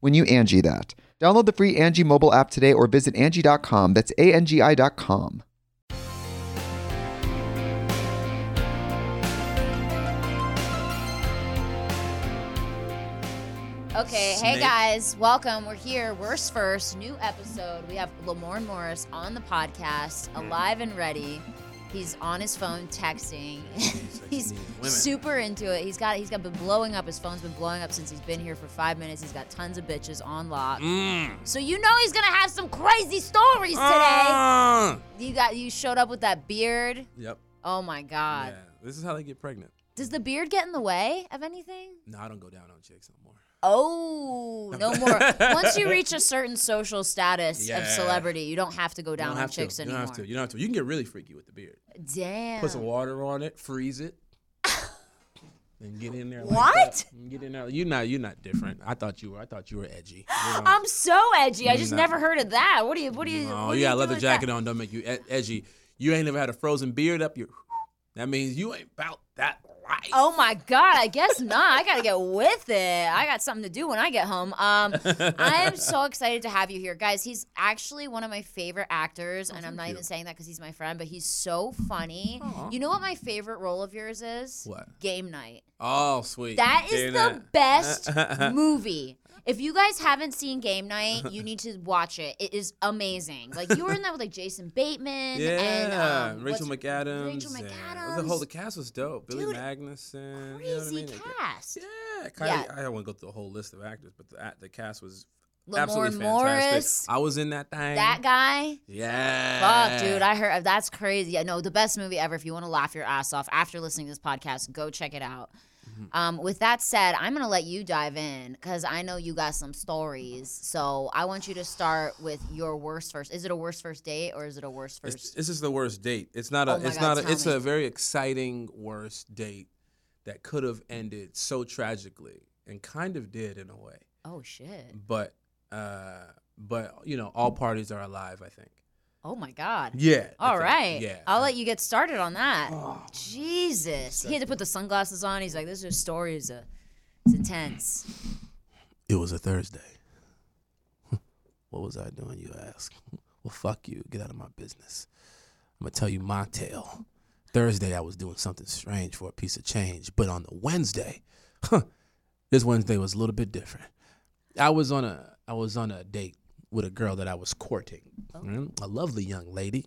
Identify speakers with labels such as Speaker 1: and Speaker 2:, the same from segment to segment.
Speaker 1: when you Angie that. Download the free Angie mobile app today or visit Angie.com. That's A-N-G-I dot com.
Speaker 2: Okay, hey
Speaker 3: Snake.
Speaker 2: guys, welcome. We're here. Worst first, new episode. We have Lamorne Morris on the podcast,
Speaker 3: Mm.
Speaker 2: alive and ready. He's on his phone texting. he's
Speaker 3: these women.
Speaker 2: super into it. He's got he's got been blowing up. His phone's been blowing up since he's been here for five minutes. He's got tons of bitches on lock.
Speaker 3: Mm.
Speaker 2: So you know he's gonna have some crazy stories today.
Speaker 3: Ah!
Speaker 2: You got you showed up with that beard.
Speaker 3: Yep.
Speaker 2: Oh my god.
Speaker 3: Yeah. This is how they get pregnant.
Speaker 2: Does the beard get in the way of anything?
Speaker 3: No, I don't go down on chicks no more.
Speaker 2: Oh, no more. Once you reach a certain social status of
Speaker 3: Yeah.
Speaker 2: celebrity, you don't have to go
Speaker 3: You
Speaker 2: down
Speaker 3: don't
Speaker 2: on
Speaker 3: have
Speaker 2: chicks
Speaker 3: to. You don't
Speaker 2: anymore.
Speaker 3: have to. You don't have to. You can get really freaky with the beard.
Speaker 2: Damn.
Speaker 3: Put some water on it, freeze it, and get in there. Like
Speaker 2: What?
Speaker 3: that. And Get in there. You're not. You're not different. I thought you were. I thought you were edgy. You're not.
Speaker 2: I'm so edgy. I just
Speaker 3: No.
Speaker 2: never heard of that. What do you what do you
Speaker 3: No,
Speaker 2: what do
Speaker 3: you got a
Speaker 2: do
Speaker 3: leather
Speaker 2: with that?
Speaker 3: jacket on. Don't make you ed- edgy. You ain't never had a frozen beard up your. That means you ain't about that life.
Speaker 2: Oh my god, I guess not. I gotta get with it. I got something to do when I get home. Um I am so excited to have you here. Guys, he's actually one of my favorite actors,
Speaker 3: Oh,
Speaker 2: and I'm not even saying that because he's my friend, but he's so funny. You know what my favorite role of yours is?
Speaker 3: What?
Speaker 2: Game night.
Speaker 3: Oh, sweet.
Speaker 2: That is
Speaker 3: Say
Speaker 2: the
Speaker 3: that.
Speaker 2: best movie. If you guys haven't seen Game Night, you need to watch it. It is amazing. Like you were in that with like Jason Bateman
Speaker 3: Yeah,
Speaker 2: and um,
Speaker 3: Rachel
Speaker 2: what's-
Speaker 3: McAdams.
Speaker 2: Rachel
Speaker 3: and-
Speaker 2: McAdams.
Speaker 3: The whole the cast was dope. Billy
Speaker 2: Dude,
Speaker 3: Magnuson. you know what I
Speaker 2: Crazy
Speaker 3: mean? Like,
Speaker 2: cast.
Speaker 3: yeah,
Speaker 2: Yeah.
Speaker 3: Kylie, I don't want to go through the whole list of actors, but the, act- the cast was absolutely
Speaker 2: Lamorne
Speaker 3: fantastic.
Speaker 2: Morris,
Speaker 3: I was in that thing.
Speaker 2: that guy.
Speaker 3: Yeah.
Speaker 2: Fuck, dude, I heard uh, that's crazy. Yeah, no, the best movie ever. If you want to laugh your ass off after listening to this podcast, go check it out.
Speaker 3: Mm-hmm.
Speaker 2: Um, with that said, I'm gonna let you dive in because I know you got some stories. So I want you to start with your worst first. Is it a worst first date or is it a worst first?
Speaker 3: It's, this is the worst date. It's not a.
Speaker 2: Oh my
Speaker 3: it's
Speaker 2: God,
Speaker 3: not.
Speaker 2: tell
Speaker 3: A, it's
Speaker 2: me.
Speaker 3: a very exciting worst date that could have ended so tragically and kind of did in a way.
Speaker 2: oh shit!
Speaker 3: But uh, but you know, all parties are alive. I think.
Speaker 2: Oh my god!
Speaker 3: Yeah. I
Speaker 2: All
Speaker 3: think.
Speaker 2: right.
Speaker 3: Yeah.
Speaker 2: I'll let you get started on that.
Speaker 3: Oh.
Speaker 2: Jesus. He had to put the sunglasses on. He's like, this is story is a it's intense.
Speaker 3: It was a Thursday. what was I doing, you ask? Well, fuck you. Get out of my business. I'm going to tell you my tale. Thursday, I was doing something strange for a piece of change, but on the Wednesday, huh, this Wednesday was a little bit different. I was on a I was on a date with a girl that I was courting,
Speaker 2: Oh.
Speaker 3: Mm, a lovely young lady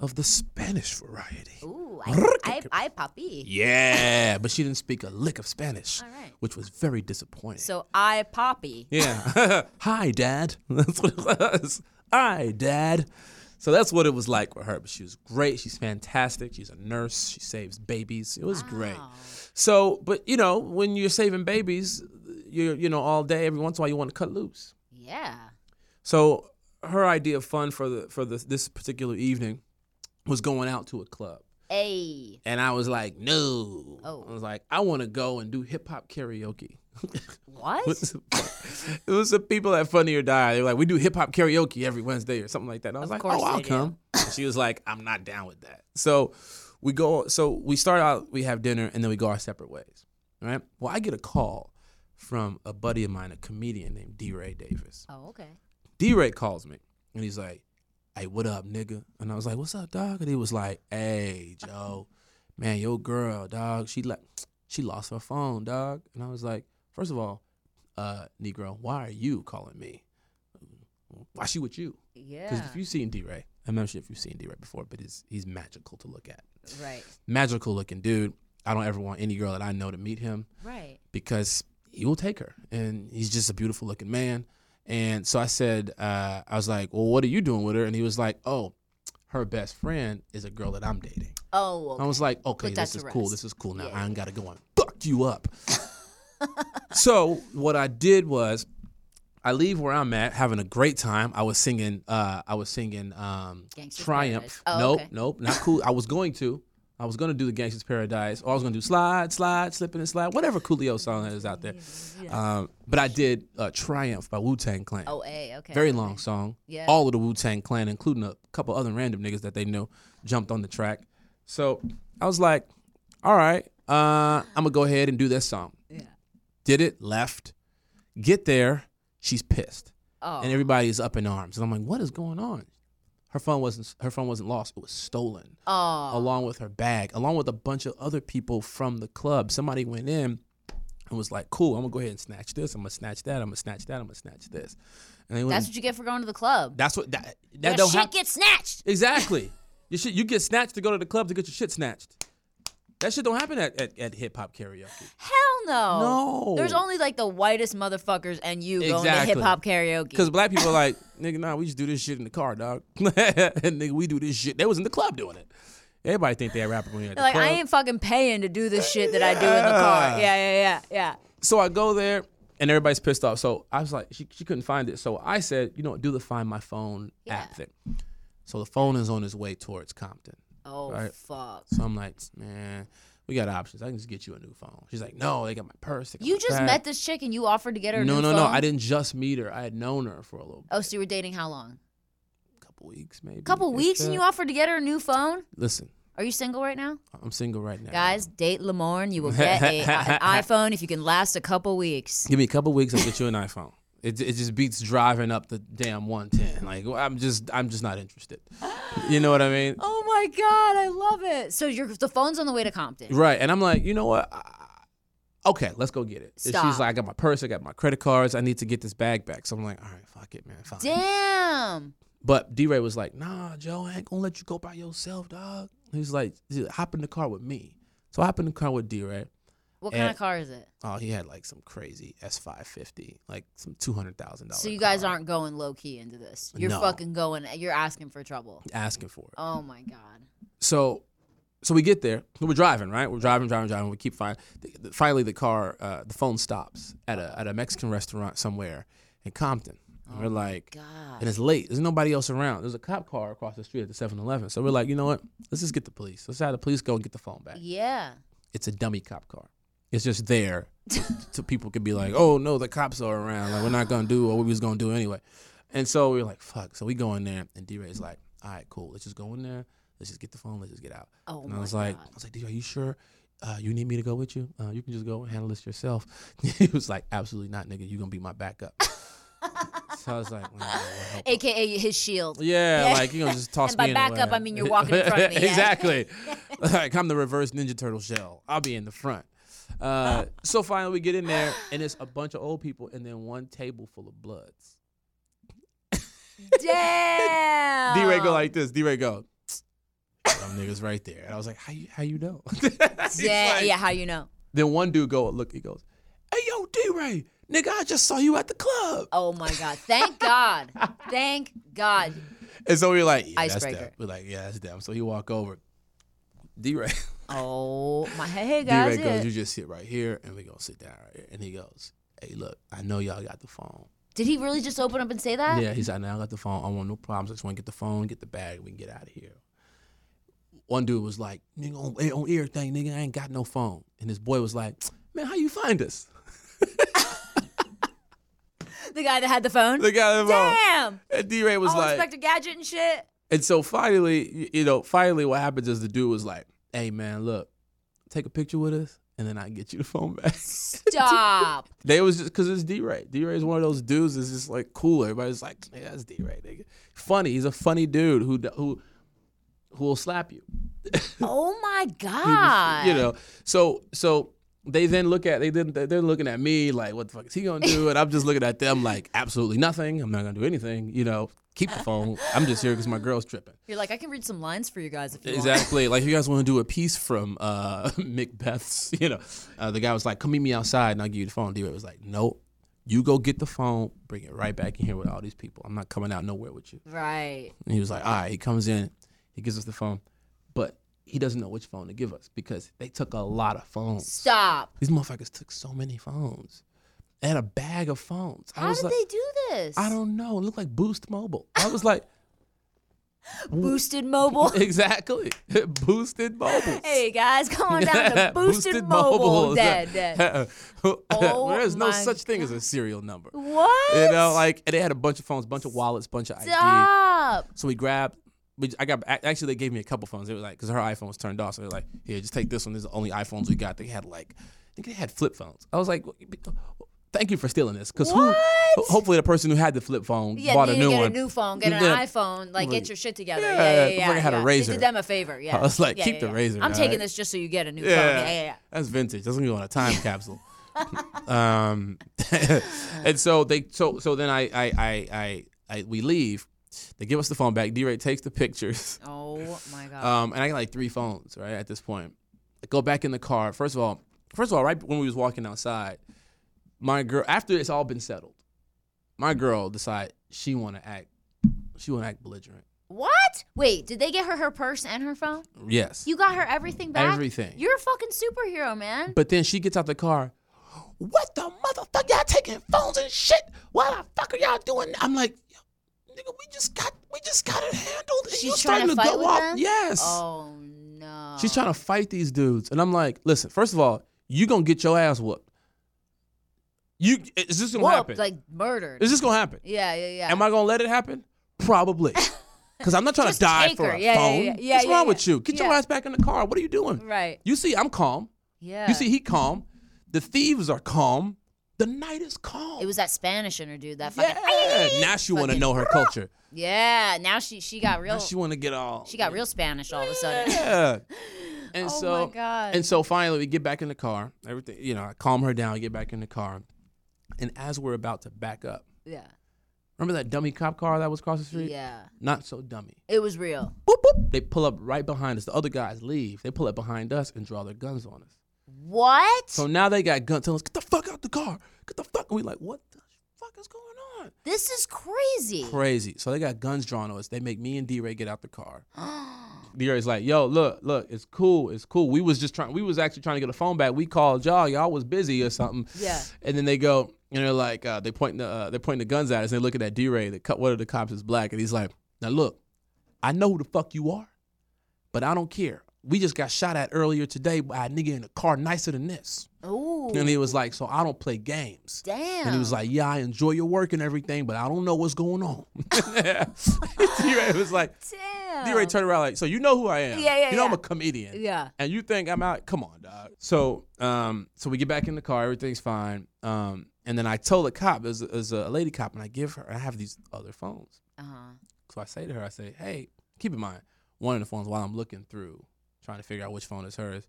Speaker 3: of the Spanish variety.
Speaker 2: Ooh, I, I, I poppy.
Speaker 3: Yeah, but she didn't speak a lick of Spanish,
Speaker 2: All right.
Speaker 3: which was very disappointing.
Speaker 2: So I poppy.
Speaker 3: Yeah. Hi, Dad. That's what it was. Hi, Dad. So that's what it was like with her. But she was great. She's fantastic. She's a nurse. She saves babies. It was great.
Speaker 2: Oh,
Speaker 3: So, but you know, when you're saving babies, you're you know all day. Every once in a while, you want to cut loose.
Speaker 2: Yeah.
Speaker 3: So her idea of fun for the for the, this particular evening was going out to a club.
Speaker 2: Hey.
Speaker 3: And I was like, no.
Speaker 2: Oh.
Speaker 3: I was like, I want to go and do hip hop karaoke.
Speaker 2: What?
Speaker 3: What's- it was the people at Funny or Die. They were like, we do hip hop karaoke every Wednesday or something like that. And I was
Speaker 2: Of
Speaker 3: like,
Speaker 2: course
Speaker 3: oh, I'll
Speaker 2: they do.
Speaker 3: come. And she was like, I'm not down with that. So we go. So we start out. We have dinner, and then we go our separate ways. Right. Well, I get a call from a buddy of mine, a comedian named D. Ray Davis.
Speaker 2: Oh, okay.
Speaker 3: D Ray calls me and he's like, Hey, what up, nigga? And I was like, What's up, dog? And he was like, Hey, Joe, man, your girl, dog, she like she lost her phone, dog. And I was like, First of all, uh, Negro, why are you calling me? Why she with you? Because
Speaker 2: Yeah.
Speaker 3: if you've seen D Ray, I'm not sure if you've seen D Ray before, but he's he's magical to look at.
Speaker 2: Right.
Speaker 3: Magical looking dude. I don't ever want any girl that I know to meet him
Speaker 2: Right.
Speaker 3: because he will take her and he's just a beautiful looking man and so i said uh, i was like well what are you doing with her and he was like oh her best friend is a girl that i'm dating
Speaker 2: Oh.
Speaker 3: i
Speaker 2: okay.
Speaker 3: was like okay
Speaker 2: that
Speaker 3: this
Speaker 2: to
Speaker 3: is cool
Speaker 2: rest.
Speaker 3: this is cool now
Speaker 2: Yeah.
Speaker 3: i ain't gotta go and fuck you up so what i did was i leave where i'm at having a great time i was singing uh, i was singing um,
Speaker 2: Gangsta's
Speaker 3: triumph
Speaker 2: Paradise. Oh,
Speaker 3: nope
Speaker 2: okay.
Speaker 3: nope not cool i was going to I was gonna do the Gangsta's Paradise, or I was gonna do slide, slide, slipping and slide, whatever Coolio song that is out there. Um, but I did uh, Triumph by Wu Tang Clan.
Speaker 2: Oh, a okay.
Speaker 3: Very long song.
Speaker 2: Yeah.
Speaker 3: All of the Wu Tang Clan, including a couple other random niggas that they knew, jumped on the track. So I was like, all right, uh, I'm gonna go ahead and do this song.
Speaker 2: Yeah.
Speaker 3: Did it, left, get there, she's pissed.
Speaker 2: Oh.
Speaker 3: And everybody's up in arms. And I'm like, what is going on? Her phone wasn't her phone wasn't lost, it was stolen
Speaker 2: oh.
Speaker 3: along with her bag, along with a bunch of other people from the club. Somebody went in and was like, "Cool, I'm gonna go ahead and snatch this. I'm gonna snatch that. I'm gonna snatch that. I'm gonna snatch this." And they went.
Speaker 2: That's what you get for going to the club.
Speaker 3: That's what that that
Speaker 2: Your
Speaker 3: don't
Speaker 2: shit
Speaker 3: happen.
Speaker 2: gets snatched.
Speaker 3: exactly. You shit. You get snatched to go to the club to get your shit snatched. That shit don't happen at, at, at hip hop karaoke.
Speaker 2: Hell no.
Speaker 3: No.
Speaker 2: There's only like the whitest motherfuckers and you going to
Speaker 3: Exactly.
Speaker 2: hip hop karaoke.
Speaker 3: Cause black people are like, nigga, nah, we just do this shit in the car, dog. and nigga, we do this shit. They was in the club doing it. Everybody think they're rapper when you're at the
Speaker 2: like
Speaker 3: club.
Speaker 2: I ain't fucking paying to do this shit that I do in the car. Yeah,
Speaker 3: Yeah.
Speaker 2: yeah, yeah,
Speaker 3: So I go there and everybody's pissed off. So I was like, she, she couldn't find it. So I said, you know what, do the find my phone app thing. So the phone is on its way towards Compton.
Speaker 2: yeah. Oh
Speaker 3: Right.
Speaker 2: fuck.
Speaker 3: So I'm like, man, we got options. I can just get you a new phone. She's like, no, they got my purse. they got
Speaker 2: You
Speaker 3: my
Speaker 2: just
Speaker 3: bag."
Speaker 2: met this chick and you offered to get her a
Speaker 3: No,
Speaker 2: new
Speaker 3: no, no.
Speaker 2: phone?
Speaker 3: I didn't just meet her. I had known her for a little
Speaker 2: Oh, so you were dating how long?
Speaker 3: couple weeks, maybe.
Speaker 2: A couple
Speaker 3: if
Speaker 2: weeks and
Speaker 3: that.
Speaker 2: you offered to get her a new phone?
Speaker 3: Listen,
Speaker 2: Are you single right now?
Speaker 3: I'm single right now.
Speaker 2: Guys, date Lamorne. You will get a, an iPhone if you can last a couple weeks.
Speaker 3: Give me a couple weeks, I'll get you an iPhone. It, it just beats driving up the damn 110. Like I'm just I'm just not interested. You know what I mean?
Speaker 2: Oh my god, I love it. So your the phone's on the way to Compton.
Speaker 3: Right. And I'm like, you know what? I- Okay, let's go get it. And
Speaker 2: Stop.
Speaker 3: she's like, I got my purse, I got my credit cards, I need to get this bag back. So I'm like, all right, fuck it, man. Fine.
Speaker 2: Damn.
Speaker 3: But D Ray was like, nah, Joe, I ain't gonna let you go by yourself, dog. He's like, "Dude, hop in the car with me. So I hop in the car with D Ray.
Speaker 2: What kind of
Speaker 3: And-
Speaker 2: car is it?
Speaker 3: Oh, he had like some crazy S550, like some $200,000.
Speaker 2: So you guys
Speaker 3: car.
Speaker 2: aren't going low key into this. You're
Speaker 3: No.
Speaker 2: fucking going. You're asking for trouble.
Speaker 3: asking for it.
Speaker 2: Oh my god.
Speaker 3: so so we get there So we're driving right we're driving driving driving we keep fine the- the- finally the car uh, the phone stops at a at a mexican restaurant somewhere in compton and
Speaker 2: Oh
Speaker 3: we're like
Speaker 2: God.
Speaker 3: and it's late there's nobody else around there's a cop car across the street at the 7-eleven so we're like you know what let's just get the police let's have the police go and get the phone back
Speaker 2: Yeah.
Speaker 3: it's a dummy cop car it's just there so people could be like oh no the cops are around like we're not gonna do what we was gonna do anyway and so we were like fuck so we go in there and d-ray's like all right cool let's just go in there let's just get the phone let's just get out
Speaker 2: Oh
Speaker 3: and
Speaker 2: my
Speaker 3: I was like,
Speaker 2: god.
Speaker 3: I was like, dude, are you sure? Uh, you need me to go with you? Uh, you can just go and handle this yourself. he was like, absolutely not, nigga. You're gonna be my backup. so I was like, well, well, help.
Speaker 2: AKA his shield.
Speaker 3: yeah,
Speaker 2: Yeah.
Speaker 3: like you know, just toss
Speaker 2: And
Speaker 3: me
Speaker 2: by
Speaker 3: in
Speaker 2: backup, I mean you're walking in front of me, yeah.
Speaker 3: exactly. like I'm the reverse Ninja Turtle shell. I'll be in the front. Uh, so finally, we get in there, and it's a bunch of old people, and then one table full of bloods.
Speaker 2: Damn.
Speaker 3: D Ray go like this. D Ray go. Some niggas right there, and I was like, "How you? How you know?"
Speaker 2: Yeah.
Speaker 3: yeah,
Speaker 2: yeah. How you know?
Speaker 3: Then one dude go look. He goes, "Hey yo, D Ray, nigga, I just saw you at the club."
Speaker 2: Oh my god. Thank God. Thank God.
Speaker 3: And so we are like, yeah,
Speaker 2: Icebreaker.
Speaker 3: That's them. We're like, "Yeah, that's them." So he walk over. D Ray,
Speaker 2: Oh my. Hey, hey
Speaker 3: D
Speaker 2: guys.
Speaker 3: Ray
Speaker 2: yeah.
Speaker 3: goes, "You just sit right here, and we gonna sit down right here." And he goes, "Hey, look, I know y'all got the phone."
Speaker 2: Did he really just open up and say that?
Speaker 3: Yeah, he's like, "I know I got the phone. I want no problems. I just want to get the phone, get the bag, we can get out of here." one dude was like, nigga, on, eh, on everything, nigga, I ain't got no phone. And this boy was like, man, how you find us?
Speaker 2: The guy that had the phone.
Speaker 3: They got the phone.
Speaker 2: Damn.
Speaker 3: And D-Ray was
Speaker 2: All
Speaker 3: like,
Speaker 2: Inspector Gadget and shit.
Speaker 3: And so finally, y- you know, finally what happens is the dude was like, hey man, look, take a picture with us and then I get you the phone back.
Speaker 2: Stop.
Speaker 3: they was just cause it's D Ray. D Ray is one of those dudes that's just like cool. Everybody's like, yeah, that's D Ray, nigga. Funny. He's a funny dude who d- who who will slap you.
Speaker 2: oh my
Speaker 3: He was-
Speaker 2: god.
Speaker 3: You know. So so they then look at they then they're looking at me like, what the fuck is he gonna do? And I'm just looking at them like, absolutely nothing. I'm not gonna do anything. You know, keep the phone. I'm just here because my girl's tripping.
Speaker 2: You're like, I can read some lines for you guys if you want.
Speaker 3: Exactly. like, if you guys want to do a piece from uh, Macbeth's, you know, uh, the guy was like, come meet me outside and I'll give you the phone. D-Ray was like, nope. You go get the phone, bring it right back in here with all these people. I'm not coming out nowhere with you.
Speaker 2: Right.
Speaker 3: And he was like, all right. He comes in, he gives us the phone, but he doesn't know which phone to give us because they took a lot of phones.
Speaker 2: Stop.
Speaker 3: These motherfuckers took so many phones. They had a bag of phones. I
Speaker 2: How
Speaker 3: was
Speaker 2: did
Speaker 3: like,
Speaker 2: they do this?
Speaker 3: I don't know. It looked like Boost Mobile. I was like,
Speaker 2: Boosted mobile.
Speaker 3: exactly. Boosted Mobile.
Speaker 2: hey guys, come on down to Boosted, Mobile. Dead, dead. Oh
Speaker 3: There's no
Speaker 2: my
Speaker 3: such thing as a serial number.
Speaker 2: What?
Speaker 3: You know, like, and they had a bunch of phones, bunch of wallets, bunch of ID.
Speaker 2: Stop.
Speaker 3: So we grabbed. We, I got a- actually they gave me a couple phones. They were like, because her iPhone was turned off, so they're like, here, just take this one. These are the only iPhones we got. They had like, I think they had flip phones. I was like, thank you for stealing this, because who?
Speaker 2: What?
Speaker 3: Hopefully the person who had the flip phone
Speaker 2: Yeah,
Speaker 3: bought
Speaker 2: you
Speaker 3: a
Speaker 2: need to
Speaker 3: new
Speaker 2: get
Speaker 3: one.
Speaker 2: a new phone, get an
Speaker 3: Yeah.
Speaker 2: iPhone, like get your shit together.
Speaker 3: Yeah,
Speaker 2: Yeah, yeah, yeah.
Speaker 3: before I
Speaker 2: yeah,
Speaker 3: had a
Speaker 2: yeah.
Speaker 3: razor.
Speaker 2: They did them a favor. Yeah.
Speaker 3: I was like,
Speaker 2: Yeah,
Speaker 3: keep
Speaker 2: yeah,
Speaker 3: the
Speaker 2: yeah.
Speaker 3: razor,
Speaker 2: I'm taking
Speaker 3: alright.
Speaker 2: this just so you get a new
Speaker 3: Yeah.
Speaker 2: phone. Oh, Yeah, yeah, yeah.
Speaker 3: That's vintage. Doesn't go in a time capsule. um, and so they so so then I I I I, I we leave. They give us the phone back. D Ray takes the pictures.
Speaker 2: Oh my god.
Speaker 3: Um, and I got like three phones right at this point. I go back in the car. First of all, first of all, right when we was walking outside, my girl after it's all been settled, my girl decide she want to act she want to act belligerent.
Speaker 2: what? Wait, did they get her her purse and her phone?
Speaker 3: Yes.
Speaker 2: You got her everything back?
Speaker 3: Everything.
Speaker 2: You're a fucking superhero, man.
Speaker 3: But then she gets out the car. What the motherfucker? Y'all taking phones and shit? What the fuck are y'all doing? I'm like, nigga, we just got we just got it handled. And
Speaker 2: She's
Speaker 3: you
Speaker 2: trying
Speaker 3: starting
Speaker 2: to
Speaker 3: to,
Speaker 2: fight
Speaker 3: go
Speaker 2: with
Speaker 3: off.
Speaker 2: them?
Speaker 3: Yes.
Speaker 2: Oh no.
Speaker 3: She's trying to fight these dudes, and I'm like, listen. First of all, you gonna get your ass whooped. You is this gonna
Speaker 2: Whooped,
Speaker 3: happen?
Speaker 2: like murdered.
Speaker 3: is this gonna happen?
Speaker 2: yeah, yeah, yeah.
Speaker 3: Am I gonna let it happen? Probably. Because I'm not trying to
Speaker 2: Just
Speaker 3: die
Speaker 2: take
Speaker 3: for
Speaker 2: her.
Speaker 3: a
Speaker 2: Yeah, yeah,
Speaker 3: phone.
Speaker 2: yeah, yeah,
Speaker 3: What's
Speaker 2: yeah,
Speaker 3: wrong
Speaker 2: yeah.
Speaker 3: with you? Get your
Speaker 2: Yeah. Mm.
Speaker 3: ass back in the car. What are you doing?
Speaker 2: right.
Speaker 3: You see, I'm calm.
Speaker 2: Yeah.
Speaker 3: You see, he calm. The thieves are calm. The night is calm.
Speaker 2: it was that Spanish in her, dude. That fucking.
Speaker 3: yeah. Now she want to
Speaker 2: Fucking-
Speaker 3: know her culture.
Speaker 2: Yeah. Now she she got real.
Speaker 3: Now she want to get all.
Speaker 2: She got real Spanish all of a sudden.
Speaker 3: Yeah. And
Speaker 2: Oh
Speaker 3: so,
Speaker 2: my God.
Speaker 3: and so finally we get back in the car. Everything, you know, I calm her down. Get back in the car, and as we're about to back up,
Speaker 2: Yeah.
Speaker 3: remember that dummy cop car that was across the street?
Speaker 2: Yeah.
Speaker 3: Not so dummy.
Speaker 2: It was real.
Speaker 3: Boop boop. They pull up right behind us. The other guys leave. They pull up behind us and draw their guns on us.
Speaker 2: What?
Speaker 3: So now they got guns telling us, "Get the fuck out the car! Get the fuck!" And we like, "What the fuck is going on?"
Speaker 2: this is crazy.
Speaker 3: crazy. So they got guns drawn on us. They make me and D Ray get out the car. D Ray's Oh. like, yo, look, look, it's cool, it's cool. We was just trying, we was actually trying to get a phone back. We called y'all, y'all was busy or something.
Speaker 2: Yeah.
Speaker 3: And then they go, and they're like, uh, they point the, uh, they're pointing the guns at us. And they're looking at D Ray. The co- one of the cops is black, and he's like, now look, I know who the fuck you are, but I don't care. We just got shot at earlier today by a nigga in a car nicer than this.
Speaker 2: Ooh.
Speaker 3: And he was like, so I don't play games.
Speaker 2: damn.
Speaker 3: And he was like, "Yeah, I enjoy your work and everything, but I don't know what's going on." D-Ray was like,
Speaker 2: damn.
Speaker 3: D-Ray turned around like, "So you know who I am?
Speaker 2: Yeah, yeah,
Speaker 3: You know I'm
Speaker 2: yeah.
Speaker 3: a comedian.
Speaker 2: Yeah.
Speaker 3: And you think I'm out? Come on, dog." So, um, so we get back in the car, everything's fine. Um, and then I told the cop, there's a, there's a lady cop, and I give her, I have these other phones.
Speaker 2: Uh-huh.
Speaker 3: So I say to her, I say, "Hey, keep in mind, one of the phones while I'm looking through, trying to figure out which phone is hers."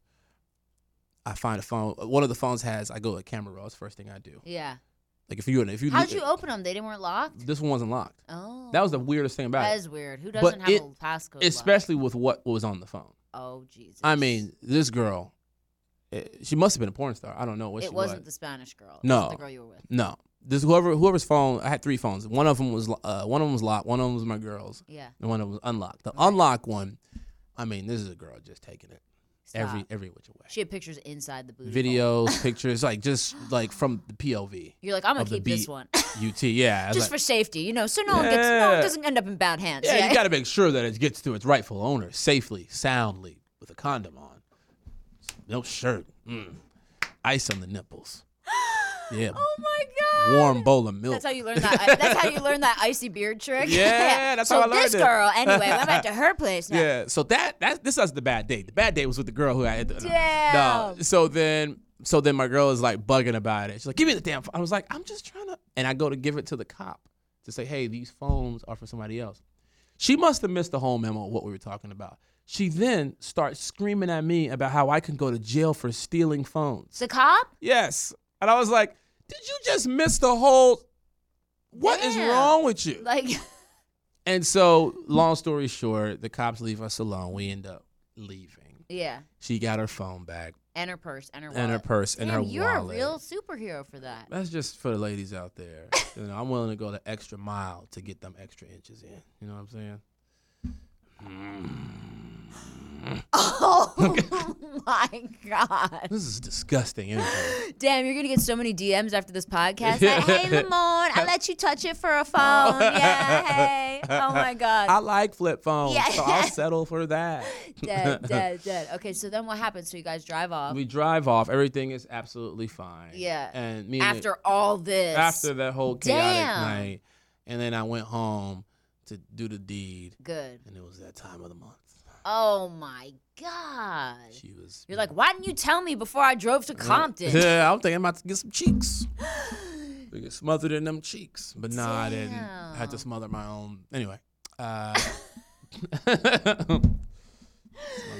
Speaker 3: I find a phone. One of the phones has. I go to camera roll. That's the first thing I do.
Speaker 2: Yeah.
Speaker 3: Like if you if you
Speaker 2: How'd
Speaker 3: leave-
Speaker 2: you open them? They didn't weren't locked.
Speaker 3: this one wasn't locked.
Speaker 2: Oh.
Speaker 3: That was the weirdest thing about
Speaker 2: That
Speaker 3: it,
Speaker 2: is weird. Who
Speaker 3: But
Speaker 2: doesn't have
Speaker 3: it-
Speaker 2: a passcode? lock?
Speaker 3: especially with what was on the phone.
Speaker 2: Oh Jesus.
Speaker 3: I mean, this girl, eh, she must have been a porn star. I don't know what
Speaker 2: it
Speaker 3: she
Speaker 2: wasn't
Speaker 3: was.
Speaker 2: the Spanish girl. It
Speaker 3: No.
Speaker 2: wasn't the girl you were with.
Speaker 3: No, this whoever whoever's phone. I had three phones. One of them was lo- uh, one of them was locked. One of them was my girl's,
Speaker 2: Yeah.
Speaker 3: and one of them was unlocked. The unlocked one, I mean, this is a girl just taking it. every
Speaker 2: Stop.
Speaker 3: every which way.
Speaker 2: She had pictures inside the booty. hole.
Speaker 3: Videos, pictures, like just like from the POV.
Speaker 2: You're like, I'm gonna
Speaker 3: of the
Speaker 2: keep this
Speaker 3: beat.
Speaker 2: one
Speaker 3: UT, yeah. I was
Speaker 2: just for
Speaker 3: like,
Speaker 2: safety, you know, so no one gets no
Speaker 3: Yeah.
Speaker 2: one doesn't end up in bad hands.
Speaker 3: yeah, you got to make sure that it gets to its rightful owner safely, soundly, with a condom on, no shirt, mm. ice on the nipples. Yeah,
Speaker 2: oh my god.
Speaker 3: warm bowl of milk.
Speaker 2: That's how you learn that. uh, That's how you learn that icy beard trick.
Speaker 3: Yeah, that's
Speaker 2: so
Speaker 3: how I learned
Speaker 2: this
Speaker 3: it.
Speaker 2: girl, anyway, went back to her place. Now.
Speaker 3: Yeah. So that that this was the bad date. The bad date was with the girl who I had.
Speaker 2: Damn.
Speaker 3: No. So then so then my girl is like bugging about it. She's like, "Give me the damn." Phone. I was like, "I'm just trying to." And I go to give it to the cop to say, "Hey, these phones are for somebody else." She must have missed the whole memo of what we were talking about. She then starts screaming at me about how I can go to jail for stealing phones.
Speaker 2: The cop?
Speaker 3: Yes. And I was like, "Did you just miss the whole? What is
Speaker 2: Damn.
Speaker 3: wrong with you?"
Speaker 2: Like,
Speaker 3: And so, long story short, the cops leave us alone. We end up leaving.
Speaker 2: yeah.
Speaker 3: She got her phone back
Speaker 2: And her purse, and her wallet.
Speaker 3: and her purse and
Speaker 2: Damn,
Speaker 3: her
Speaker 2: you're
Speaker 3: wallet.
Speaker 2: a real superhero for that.
Speaker 3: That's just for the ladies out there. you know, I'm willing to go the extra mile to get them extra inches in. You know what I'm saying?
Speaker 2: Oh my god!
Speaker 3: This is disgusting. info.
Speaker 2: Damn, you're gonna get so many DMs after this podcast. Like, hey, Lamone, I let you touch it for
Speaker 3: Oh.
Speaker 2: a phone. Yeah, hey. Oh my god.
Speaker 3: I like flip phones,
Speaker 2: Yeah.
Speaker 3: so I'll settle for that.
Speaker 2: dead, dead, dead. Okay, so then what happens? So you guys drive off
Speaker 3: We drive off. Everything is absolutely fine.
Speaker 2: Yeah.
Speaker 3: And me and the-
Speaker 2: after all this.
Speaker 3: after that whole chaotic
Speaker 2: Damn.
Speaker 3: night, and then I went home to do the deed,
Speaker 2: good.
Speaker 3: and it was that time of the month.
Speaker 2: Oh my god.
Speaker 3: She was.
Speaker 2: You're like, why didn't you tell me before I drove to Compton?
Speaker 3: Yeah, I'm thinking I'm about to get some cheeks. we get smothered in them cheeks, but nah, I didn't. I had to
Speaker 2: Damn.
Speaker 3: smother my own. Anyway, uh, smother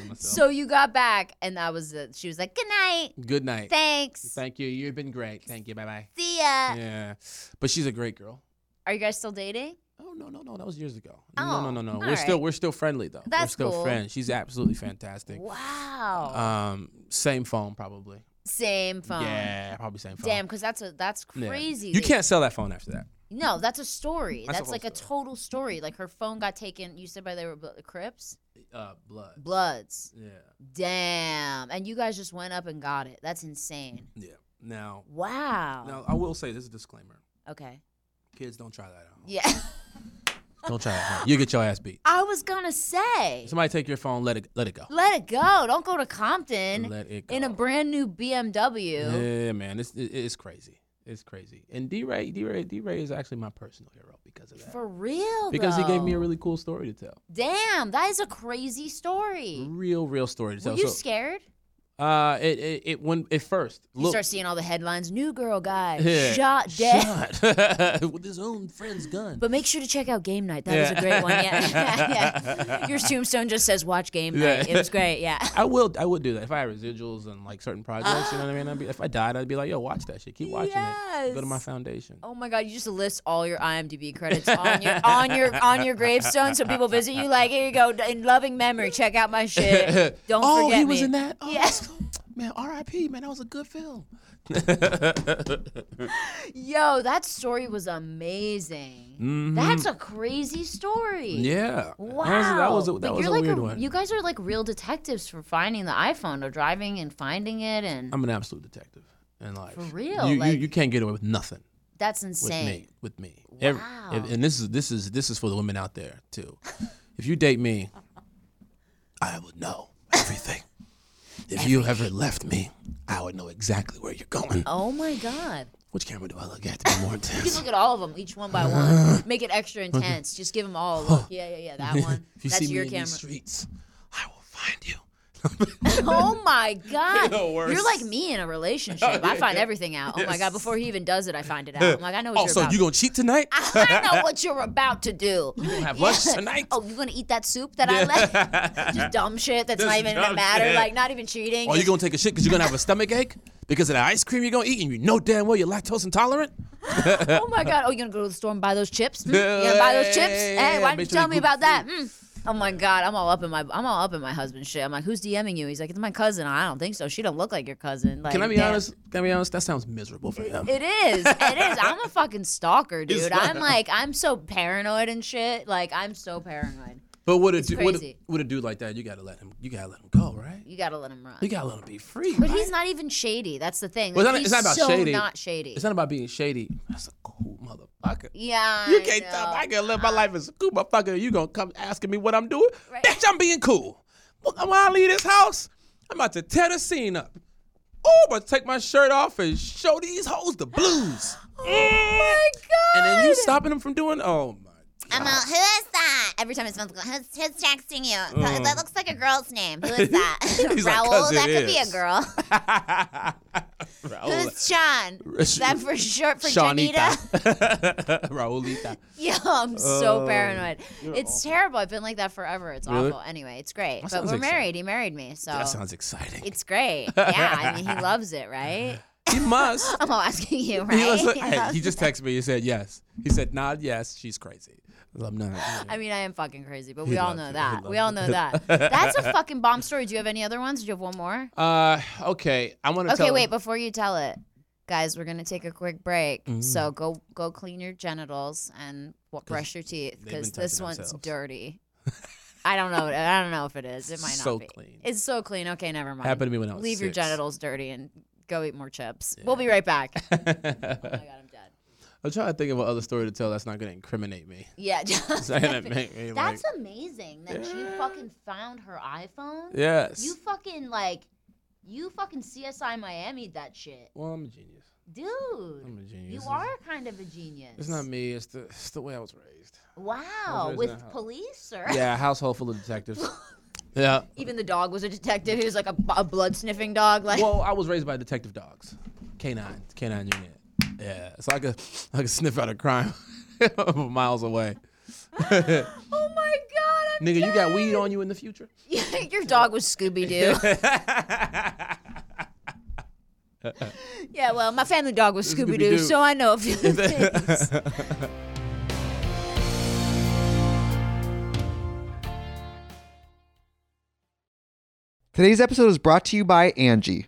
Speaker 3: myself.
Speaker 2: so you got back, and that was it. She was like, good night,
Speaker 3: good night.
Speaker 2: thanks,
Speaker 3: Thank you. You've been great. Thank you. Bye bye.
Speaker 2: see ya.
Speaker 3: Yeah, but she's a great girl.
Speaker 2: Are you guys still dating?
Speaker 3: Oh no no no! That was years ago.
Speaker 2: Oh,
Speaker 3: no no no no.
Speaker 2: all
Speaker 3: We're still
Speaker 2: right.
Speaker 3: we're still friendly though.
Speaker 2: That's
Speaker 3: we're still
Speaker 2: cool.
Speaker 3: friends. She's absolutely fantastic.
Speaker 2: Wow.
Speaker 3: Um, same phone probably.
Speaker 2: Same phone.
Speaker 3: Yeah, probably same phone.
Speaker 2: Damn, because that's a that's
Speaker 3: Yeah.
Speaker 2: crazy.
Speaker 3: You
Speaker 2: that-
Speaker 3: can't sell that phone after that.
Speaker 2: No, that's a story.
Speaker 3: That's a
Speaker 2: That's,
Speaker 3: whole
Speaker 2: like a
Speaker 3: story.
Speaker 2: total story. Like her phone got taken. You said by they were bl- Crips,
Speaker 3: Uh, blood.
Speaker 2: Bloods.
Speaker 3: Yeah,
Speaker 2: Damn. And you guys just went up and got it. That's insane.
Speaker 3: yeah. Now,
Speaker 2: Wow.
Speaker 3: now I will say this is a disclaimer.
Speaker 2: Okay.
Speaker 3: Kids, don't try that at home.
Speaker 2: Yeah.
Speaker 3: Don't try that. At home. You get your ass beat.
Speaker 2: I was gonna say,
Speaker 3: Somebody take your phone. Let it let it go.
Speaker 2: let it go. Don't go to Compton
Speaker 3: Let it go.
Speaker 2: in a brand new BMW.
Speaker 3: Yeah, man. It's it, it's crazy. It's crazy. And D Ray D Ray D Ray is actually my personal hero because of that.
Speaker 2: For real.
Speaker 3: because he gave me a
Speaker 2: though.
Speaker 3: really cool story to tell.
Speaker 2: Damn, that is a crazy story.
Speaker 3: Real real story to
Speaker 2: Were
Speaker 3: tell.
Speaker 2: you
Speaker 3: Mm-hmm. So-
Speaker 2: scared?
Speaker 3: Uh, it it, it when at first
Speaker 2: You
Speaker 3: look,
Speaker 2: start seeing all the headlines. New girl guy
Speaker 3: yeah,
Speaker 2: shot dead.
Speaker 3: shot with his own friend's gun.
Speaker 2: But make sure to check out Game Night. That was a great one. Yeah. yeah. Your tombstone just says watch Game
Speaker 3: Yeah.
Speaker 2: Night. It was great. Yeah.
Speaker 3: I will I would do that if I had residuals and like certain projects. you know what I mean? I'd be, if I died, I'd be like, yo, watch that shit. Keep watching it. Go to my
Speaker 2: Yes.
Speaker 3: foundation.
Speaker 2: Oh my God! You just list all your IMDb credits on your on your on your gravestone, so people visit you. Like, here you go, in loving memory. Check out my shit. Don't
Speaker 3: oh,
Speaker 2: forget
Speaker 3: he was
Speaker 2: me.
Speaker 3: in that. Oh,
Speaker 2: Yeah.
Speaker 3: that's- Man, R.I.P. Man, that was a good film.
Speaker 2: Yo, that story was amazing. That's a crazy story.
Speaker 3: Mm-hmm. Yeah.
Speaker 2: Wow.
Speaker 3: That was, that was a, that
Speaker 2: Like,
Speaker 3: was
Speaker 2: you're
Speaker 3: a
Speaker 2: like
Speaker 3: weird
Speaker 2: a-
Speaker 3: one.
Speaker 2: You guys are like real detectives for finding the iPhone or driving and finding it, and
Speaker 3: I'm an absolute detective in life. For
Speaker 2: real,
Speaker 3: You,
Speaker 2: like-
Speaker 3: you, you can't get away with nothing.
Speaker 2: that's
Speaker 3: with
Speaker 2: insane.
Speaker 3: me with me Every- if- and this is this is this is for the women out there too if you date me i would know everything if you ever left me i would know exactly where you're going
Speaker 2: Oh my God.
Speaker 3: which camera do i look at to be more
Speaker 2: You
Speaker 3: intense
Speaker 2: can look at all of them, each one by one. Make it extra intense. Just give them all a look. Yeah, yeah, yeah. That one.
Speaker 3: if you
Speaker 2: That's
Speaker 3: see
Speaker 2: your
Speaker 3: me in
Speaker 2: camera.
Speaker 3: these streets i will find you
Speaker 2: Oh my God.
Speaker 3: You're the worst.
Speaker 2: You're like me in a relationship. I find everything out. Oh my God. Before he even does it, I find it out. I'm like, I know what
Speaker 3: oh
Speaker 2: you're
Speaker 3: so
Speaker 2: about.
Speaker 3: you gonna cheat tonight
Speaker 2: I know what you're about to do. You
Speaker 3: gonna have lunch tonight?
Speaker 2: Oh, you gonna eat that soup that I left? Just dumb shit that's not
Speaker 3: Just
Speaker 2: even gonna
Speaker 3: dumb
Speaker 2: matter.
Speaker 3: shit.
Speaker 2: Like not even cheating.
Speaker 3: or you
Speaker 2: Just-
Speaker 3: gonna take a shit because you're gonna have a stomach ache because of the ice cream you're gonna eat and you know damn well you're lactose intolerant
Speaker 2: oh my God. Oh, you gonna go to the store and buy those chips? Hmm? You gonna buy those chips? Hey, why
Speaker 3: Yeah,
Speaker 2: didn't
Speaker 3: bitch,
Speaker 2: you tell
Speaker 3: we
Speaker 2: me about that? Hmm. Oh my God, I'm all up in my I'm all up in my husband's shit. I'm like, who's DMing you? He's like, it's my cousin. I don't think so. She don't look like your cousin. Like,
Speaker 3: can i be
Speaker 2: damn.
Speaker 3: honest can i be honest that sounds miserable for him
Speaker 2: It is. It is. I'm a fucking stalker, dude. I'm like, I'm so paranoid and shit. Like, I'm so paranoid.
Speaker 3: But would a
Speaker 2: It's
Speaker 3: du- would a,
Speaker 2: crazy.
Speaker 3: would a dude like that? You gotta let him. You gotta let him go, right?
Speaker 2: You gotta let him run.
Speaker 3: You gotta let him be free.
Speaker 2: But
Speaker 3: right?
Speaker 2: he's not even shady. That's the thing.
Speaker 3: Well, it's
Speaker 2: Like,
Speaker 3: not-
Speaker 2: he's
Speaker 3: it's not about
Speaker 2: so
Speaker 3: shady.
Speaker 2: Not shady.
Speaker 3: It's not about being shady. That's a cool motherfucker.
Speaker 2: yeah.
Speaker 3: You
Speaker 2: I
Speaker 3: can't tell
Speaker 2: know.
Speaker 3: me I can live my life as a cool motherfucker. You gonna come asking me what I'm doing?
Speaker 2: Right.
Speaker 3: Bitch, I'm being cool. Look, When I leave this house, I'm about to tear the scene up. Oh, I'm about to take my shirt off and show these hoes the blues.
Speaker 2: Oh my god.
Speaker 3: and then you stopping them from doing? Oh my.
Speaker 2: I'm out. Who is that? Every time it's Vince, who's, who's texting you? That- That looks like a girl's name. Who is that?
Speaker 3: Mm. He's like,
Speaker 2: Raul.
Speaker 3: 'cause
Speaker 2: that
Speaker 3: it
Speaker 2: could be a
Speaker 3: is. Oh,
Speaker 2: girl.
Speaker 3: Raul.
Speaker 2: Who's Sean? Is that for short for Janita?
Speaker 3: Shawnita. Raulita.
Speaker 2: Yo, I'm so
Speaker 3: Oh,
Speaker 2: paranoid. It's terrible. I've been like that forever. It's
Speaker 3: Really?
Speaker 2: awful. Anyway, it's great. But
Speaker 3: sounds
Speaker 2: we're
Speaker 3: exciting.
Speaker 2: married. He married me, so
Speaker 3: That sounds exciting.
Speaker 2: it's great. Yeah, I mean, he loves it, right?
Speaker 3: He must.
Speaker 2: I'm all asking you, right?
Speaker 3: He, was like, hey,
Speaker 2: loves
Speaker 3: he just texted me. He said yes. He said nod. Yes, she's crazy. I'm not.
Speaker 2: I mean, I am fucking crazy, but we all
Speaker 3: loves it.
Speaker 2: know
Speaker 3: He
Speaker 2: that. We
Speaker 3: loves
Speaker 2: all know that. That's a fucking bomb story. Do you have any other ones? Do you have one more?
Speaker 3: Uh, okay. I want to
Speaker 2: Okay,
Speaker 3: tell.
Speaker 2: wait. Before you tell it, guys, we're gonna take a quick break.
Speaker 3: Mm-hmm.
Speaker 2: So go go clean your genitals and wa- brush your teeth
Speaker 3: they've
Speaker 2: because
Speaker 3: been
Speaker 2: this
Speaker 3: touching
Speaker 2: one's
Speaker 3: themselves.
Speaker 2: dirty. I don't know. I don't know if it is. It might not
Speaker 3: So
Speaker 2: be.
Speaker 3: clean.
Speaker 2: It's so clean. Okay, never mind.
Speaker 3: Happened to me when I was
Speaker 2: Leave your
Speaker 3: six.
Speaker 2: genitals dirty and go eat more chips. We'll be right back. oh my god, I'm dead.
Speaker 3: I'm trying to think of another story to tell that's not going to incriminate me.
Speaker 2: Yeah.
Speaker 3: It's not going to make me like.
Speaker 2: That's amazing that she fucking found her iPhone.
Speaker 3: yes.
Speaker 2: You fucking like, you fucking CSI Miami that shit,
Speaker 3: well, I'm a genius.
Speaker 2: dude.
Speaker 3: I'm a genius.
Speaker 2: You
Speaker 3: It's-
Speaker 2: are kind of a genius.
Speaker 3: It's not me. It's the it's the way I was raised.
Speaker 2: Wow,
Speaker 3: raised in a
Speaker 2: with
Speaker 3: house-
Speaker 2: police, sir.
Speaker 3: Yeah, a household full of detectives. yeah.
Speaker 2: Even the dog was a detective. He was like a, blood sniffing dog. Like,
Speaker 3: Well, I was raised by detective dogs, canine, canine unit. Yeah, so I could I could sniff out a crime from miles away.
Speaker 2: oh my god, I'm
Speaker 3: Nigga, you got weed on you in the future?
Speaker 2: dead. your dog was Scooby Doo. yeah, well, my family dog was Scooby Doo,
Speaker 3: Scooby-Doo.
Speaker 2: so I know a few things.
Speaker 1: Today's episode is brought to you by Angie.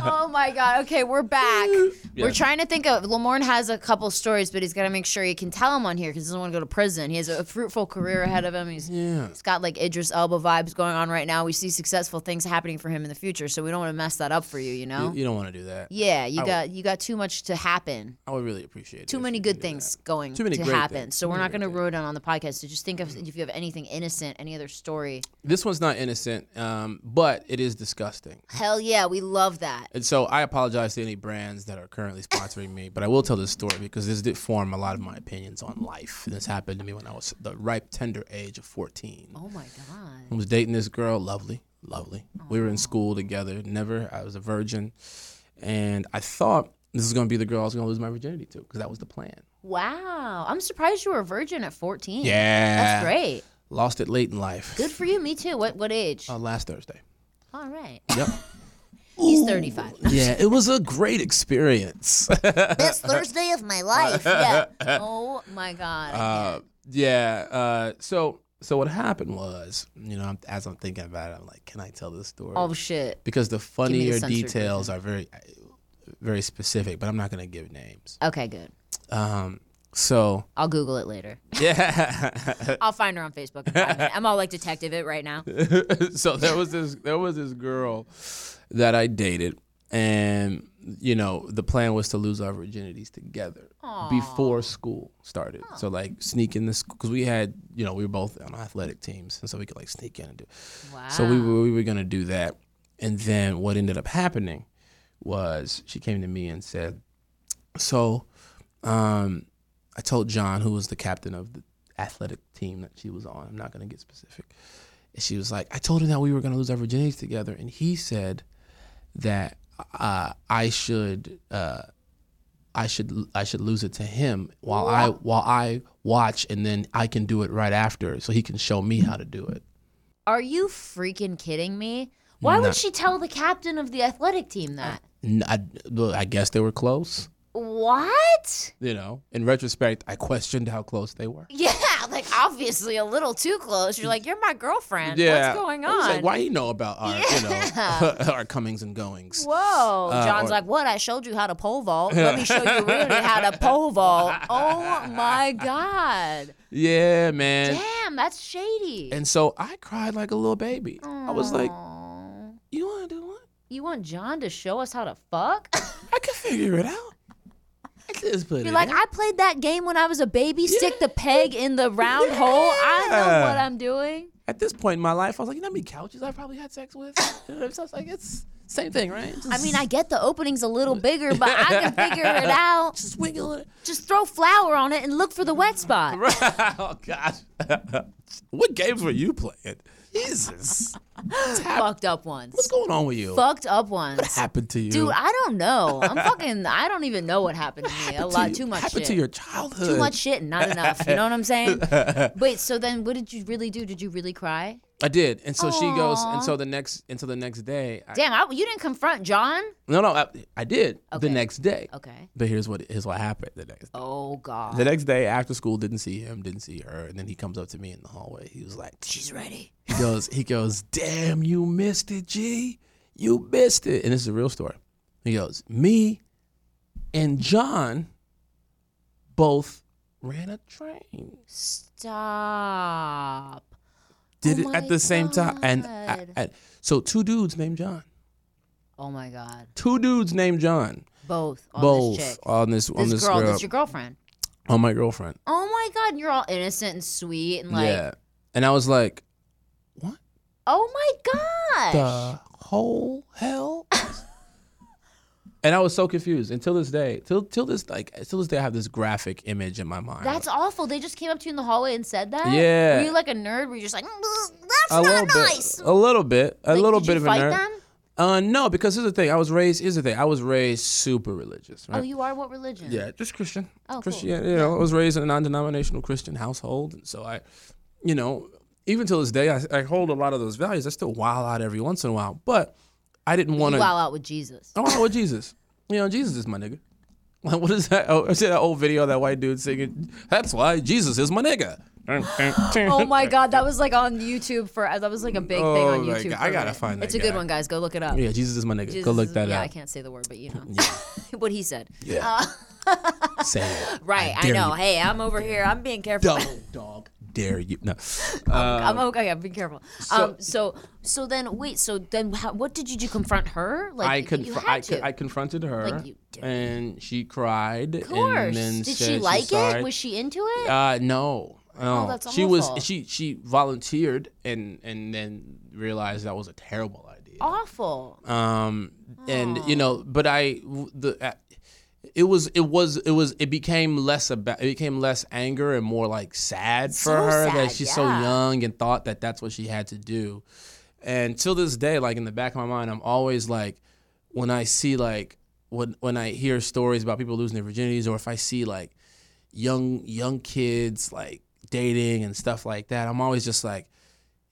Speaker 2: oh my god. Okay, we're back.
Speaker 3: Yeah.
Speaker 2: We're trying to think of. Lamorne has a couple stories, but he's got to make sure he can tell them on here because he doesn't want to go to prison. He has a fruitful career ahead of him. He's
Speaker 3: Yeah.
Speaker 2: He's got like Idris Elba vibes going on right now. We see successful things happening for him in the future, so we don't want to mess that up for you, you know?
Speaker 3: You, you don't want to do that.
Speaker 2: yeah, you
Speaker 3: I would-
Speaker 2: got you got too much to happen.
Speaker 3: I would really appreciate it.
Speaker 2: Too
Speaker 3: if
Speaker 2: many
Speaker 3: you
Speaker 2: good
Speaker 3: do
Speaker 2: things
Speaker 3: that.
Speaker 2: going
Speaker 3: Too many
Speaker 2: to
Speaker 3: great
Speaker 2: happen.
Speaker 3: things.
Speaker 2: So
Speaker 3: Too
Speaker 2: we're
Speaker 3: many
Speaker 2: not going to
Speaker 3: great
Speaker 2: ruin it on the podcast. So just think of if you have anything innocent, any other story.
Speaker 3: This one's not innocent, um, but it is disgusting.
Speaker 2: Hell yeah, we love that. that.
Speaker 3: And so I apologize to any brands that are currently sponsoring me, but I will tell this story because this did form a lot of my opinions on life. This happened to me when I was the ripe, tender age of 14.
Speaker 2: Oh my god.
Speaker 3: I was dating this girl, lovely, lovely. We were in school together. Never, I was a virgin, and I thought this was gonna be the girl I was gonna lose my virginity to because that was the plan.
Speaker 2: Wow. I'm surprised you were a virgin at 14.
Speaker 3: Yeah,
Speaker 2: That's great.
Speaker 3: Lost it late in life.
Speaker 2: Good for you. Me too. What what age?
Speaker 3: Uh, last Thursday.
Speaker 2: All right.
Speaker 3: Yep.
Speaker 2: He's 35.
Speaker 3: yeah, it was a great experience.
Speaker 2: Best Thursday of my life. Yeah. Oh my god. I
Speaker 3: Uh, yeah. Uh, so so what happened was, you know, I'm, as I'm thinking about it, I'm like, can I tell this story?
Speaker 2: can't. oh shit.
Speaker 3: because
Speaker 2: me
Speaker 3: the
Speaker 2: the
Speaker 3: funnier
Speaker 2: censored
Speaker 3: details are very very specific, but I'm not gonna give names.
Speaker 2: Okay, good.
Speaker 3: Um. So
Speaker 2: I'll Google it later.
Speaker 3: yeah.
Speaker 2: I'll find her on Facebook. and find it. I'm all like detective it right now.
Speaker 3: so there was this there was this girl that I dated, and you know the plan was to lose our virginities together before school started. So like sneak in this because we had you know we were both on athletic teams, and so we could like sneak in and do.
Speaker 2: Wow.
Speaker 3: So we were, we were gonna do that, and then what ended up happening was she came to me and said, "So, um, I told John, who was the captain of the athletic team that she was on. I'm not gonna get specific." And she was like, "I told him that we were gonna lose our virginities together, and he said that uh, I should." Uh, I should I should lose it to him while I while I watch and then I can do it right after so he can show me how to do it.
Speaker 2: Are you freaking kidding me? Why
Speaker 3: No.
Speaker 2: would she tell the captain of the athletic team that?
Speaker 3: N- I, look, I guess they were close.
Speaker 2: What?
Speaker 3: You know, in retrospect, I questioned how close they were.
Speaker 2: Yeah, like obviously a little too close. You're like, you're my girlfriend. What's going
Speaker 3: I was
Speaker 2: on?
Speaker 3: like, why you know about our, you know, our comings and goings?
Speaker 2: Whoa.
Speaker 3: Uh,
Speaker 2: John's
Speaker 3: or-
Speaker 2: like, what? I showed you how to pole vault. Let me show you really how to pole vault. Oh my God.
Speaker 3: Yeah, man.
Speaker 2: Damn, that's shady.
Speaker 3: And so I cried like a little baby. I was like,
Speaker 2: Aw.
Speaker 3: you want to do what?
Speaker 2: you want John to show us how to fuck?
Speaker 3: I can figure it out. I can just put it.
Speaker 2: You're like,
Speaker 3: in.
Speaker 2: I played that game when I was a baby. Stick the peg in the round hole. I know what
Speaker 3: Yeah.
Speaker 2: I'm doing.
Speaker 3: At this point in my life, I was like, you know how many couches I probably had sex with? You know what I'm saying? So it's like, it's same thing, right?
Speaker 2: I mean, I get the opening's a little bigger, but I can figure it out.
Speaker 3: just wiggle it.
Speaker 2: Just throw flour on it and look for the wet spot.
Speaker 3: oh gosh. what games were you playing? Jesus.
Speaker 2: Fucked up ones.
Speaker 3: What's going on with you?
Speaker 2: Fucked up ones.
Speaker 3: happened to you?
Speaker 2: Dude, I don't know. I'm fucking. I don't even know what happened to me. A lot,
Speaker 3: you?
Speaker 2: too much
Speaker 3: happened
Speaker 2: shit.
Speaker 3: to your childhood.
Speaker 2: too much shit and not enough. You know what I'm saying? Wait. So then, what did you really do? Did you really cry?
Speaker 3: I did. And so she goes
Speaker 2: Aw.
Speaker 3: and so the next and so the next day I,
Speaker 2: Damn, I, you didn't confront John.
Speaker 3: No, no, I, I did
Speaker 2: Okay.
Speaker 3: the next day.
Speaker 2: Okay.
Speaker 3: But here's what here's what happened the next day.
Speaker 2: Oh God.
Speaker 3: The next day after school didn't see him, didn't see her, and then he comes up to me in the hallway. He was like,
Speaker 2: She's ready.
Speaker 3: He goes, he goes, damn, you missed it, G. You missed it. And this is a real story. He goes, me and John both ran a train.
Speaker 2: Stop.
Speaker 3: Did
Speaker 2: Oh
Speaker 3: it at
Speaker 2: my
Speaker 3: the same time. And
Speaker 2: God.
Speaker 3: I- I- so two dudes named John.
Speaker 2: Oh my God.
Speaker 3: Two dudes named John.
Speaker 2: Both. On
Speaker 3: both
Speaker 2: This, chick.
Speaker 3: on this on
Speaker 2: This
Speaker 3: this
Speaker 2: girl.
Speaker 3: girl,
Speaker 2: That's your girlfriend.
Speaker 3: on my girlfriend.
Speaker 2: Oh my God. And you're all innocent and sweet and like.
Speaker 3: yeah. And I was like, what
Speaker 2: Oh my gosh.
Speaker 3: the whole hell? and I was so confused. And till this day, till till this like till this day I have this graphic image in my mind.
Speaker 2: That's awful. They just came up to you in the hallway and said that.
Speaker 3: Yeah.
Speaker 2: Were you like a nerd? Were you just like, "Mm,
Speaker 3: a
Speaker 2: that's
Speaker 3: little
Speaker 2: not nice?
Speaker 3: bit, a little bit, a
Speaker 2: Like,
Speaker 3: little
Speaker 2: did
Speaker 3: bit
Speaker 2: you
Speaker 3: of
Speaker 2: fight
Speaker 3: a nerd.
Speaker 2: them?
Speaker 3: Uh, no, because here's the thing. I was raised. Here's the thing. I was raised super religious. Right?
Speaker 2: Oh, you are what religion?
Speaker 3: yeah, just Christian.
Speaker 2: Oh, cool.
Speaker 3: Christian. You know, I was raised in a non-denominational Christian household, and so I, you know, even till this day, I, I hold a lot of those values. I still wild out every once in a while, but I didn't want
Speaker 2: You
Speaker 3: to.
Speaker 2: wow out with Jesus.
Speaker 3: I want to with Jesus. You know, Jesus is my nigga. Like, what is that? Oh, I see that old video of that white dude singing. That's why Jesus is my nigga.
Speaker 2: Oh my God, that was like on YouTube for that was like a big thing
Speaker 3: Oh
Speaker 2: on
Speaker 3: my
Speaker 2: YouTube.
Speaker 3: God,
Speaker 2: for
Speaker 3: I
Speaker 2: a
Speaker 3: gotta
Speaker 2: minute.
Speaker 3: find that
Speaker 2: It's a good
Speaker 3: guy.
Speaker 2: one, guys. Go look it up.
Speaker 3: Yeah, Jesus is my nigga. Go
Speaker 2: Jesus
Speaker 3: look
Speaker 2: is-
Speaker 3: that
Speaker 2: yeah, I
Speaker 3: up.
Speaker 2: can't say the word, but you know what he said.
Speaker 3: Yeah. Say it.
Speaker 2: Right, I,
Speaker 3: dare
Speaker 2: know.
Speaker 3: you.
Speaker 2: Hey, I'm over here. I'm being careful.
Speaker 3: Double dog dare you. No.
Speaker 2: I'm okay. I'm being careful. um, so so then wait. So then how, what did you do? Confront her? Like
Speaker 3: I,
Speaker 2: you-
Speaker 3: conf-
Speaker 2: you
Speaker 3: I,
Speaker 2: had
Speaker 3: co-
Speaker 2: to.
Speaker 3: I confronted her,
Speaker 2: Like, you dare
Speaker 3: and she cried.
Speaker 2: of course.
Speaker 3: And then
Speaker 2: Did
Speaker 3: said
Speaker 2: she like
Speaker 3: sorry.
Speaker 2: it? Was she into it?
Speaker 3: Uh, no. No.
Speaker 2: that's
Speaker 3: she
Speaker 2: awful.
Speaker 3: was she she volunteered and and then realized that was a terrible idea.
Speaker 2: awful.
Speaker 3: um and you know but i w- the uh, it was it was it was it became less about it became less anger and more like sad for
Speaker 2: So
Speaker 3: her
Speaker 2: sad,
Speaker 3: that she's so
Speaker 2: yeah.
Speaker 3: young and thought that that's what she had to do and till this day like in the back of my mind i'm always like when i see like when when i hear stories about people losing their virginities or if i see like young young kids like dating and stuff like that i'm always just like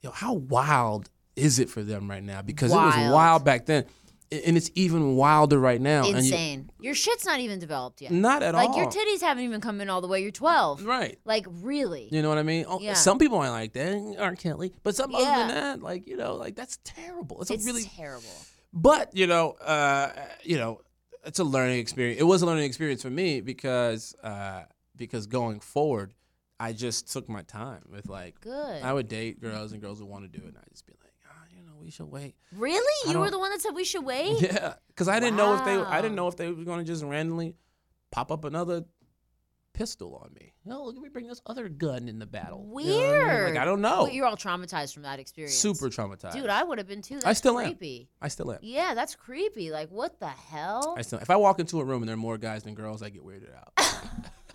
Speaker 3: yo how wild is it for them right now because it was
Speaker 2: Wild.
Speaker 3: wild back then a- and it's even wilder right now And you-
Speaker 2: Insane. Your shit's not even developed yet.
Speaker 3: not at
Speaker 2: like
Speaker 3: all
Speaker 2: your titties haven't even come in all the way. You're 12.
Speaker 3: right
Speaker 2: Like really.
Speaker 3: you know what i mean oh,
Speaker 2: Yeah.
Speaker 3: some people aren't like that aren't kelly but some other than
Speaker 2: Yeah.
Speaker 3: that like you know like that's terrible it's,
Speaker 2: It's
Speaker 3: a really
Speaker 2: terrible.
Speaker 3: but you know uh you know it's a learning experience it was a learning experience for me because uh because going forward i just took my time with like
Speaker 2: Good.
Speaker 3: i would date girls and girls would want to do it and i'd just be like ah, you know we should wait
Speaker 2: really?
Speaker 3: I
Speaker 2: You were
Speaker 3: don't-
Speaker 2: the one that said we should wait?
Speaker 3: Yeah, because I didn't know if they. I didn't
Speaker 2: Wow.
Speaker 3: know if they were going to just randomly pop up another pistol on me. No, let me bring this other gun in the battle.
Speaker 2: Weird.
Speaker 3: You know what I mean? Like I don't know.
Speaker 2: Well, you're all traumatized from that experience.
Speaker 3: Super traumatized.
Speaker 2: Dude, I would have been too. That's
Speaker 3: still am.
Speaker 2: creepy.
Speaker 3: I still am.
Speaker 2: Yeah, that's creepy. Like what the hell?
Speaker 3: I still. If I walk into a room and there are more guys than girls, I get weirded out.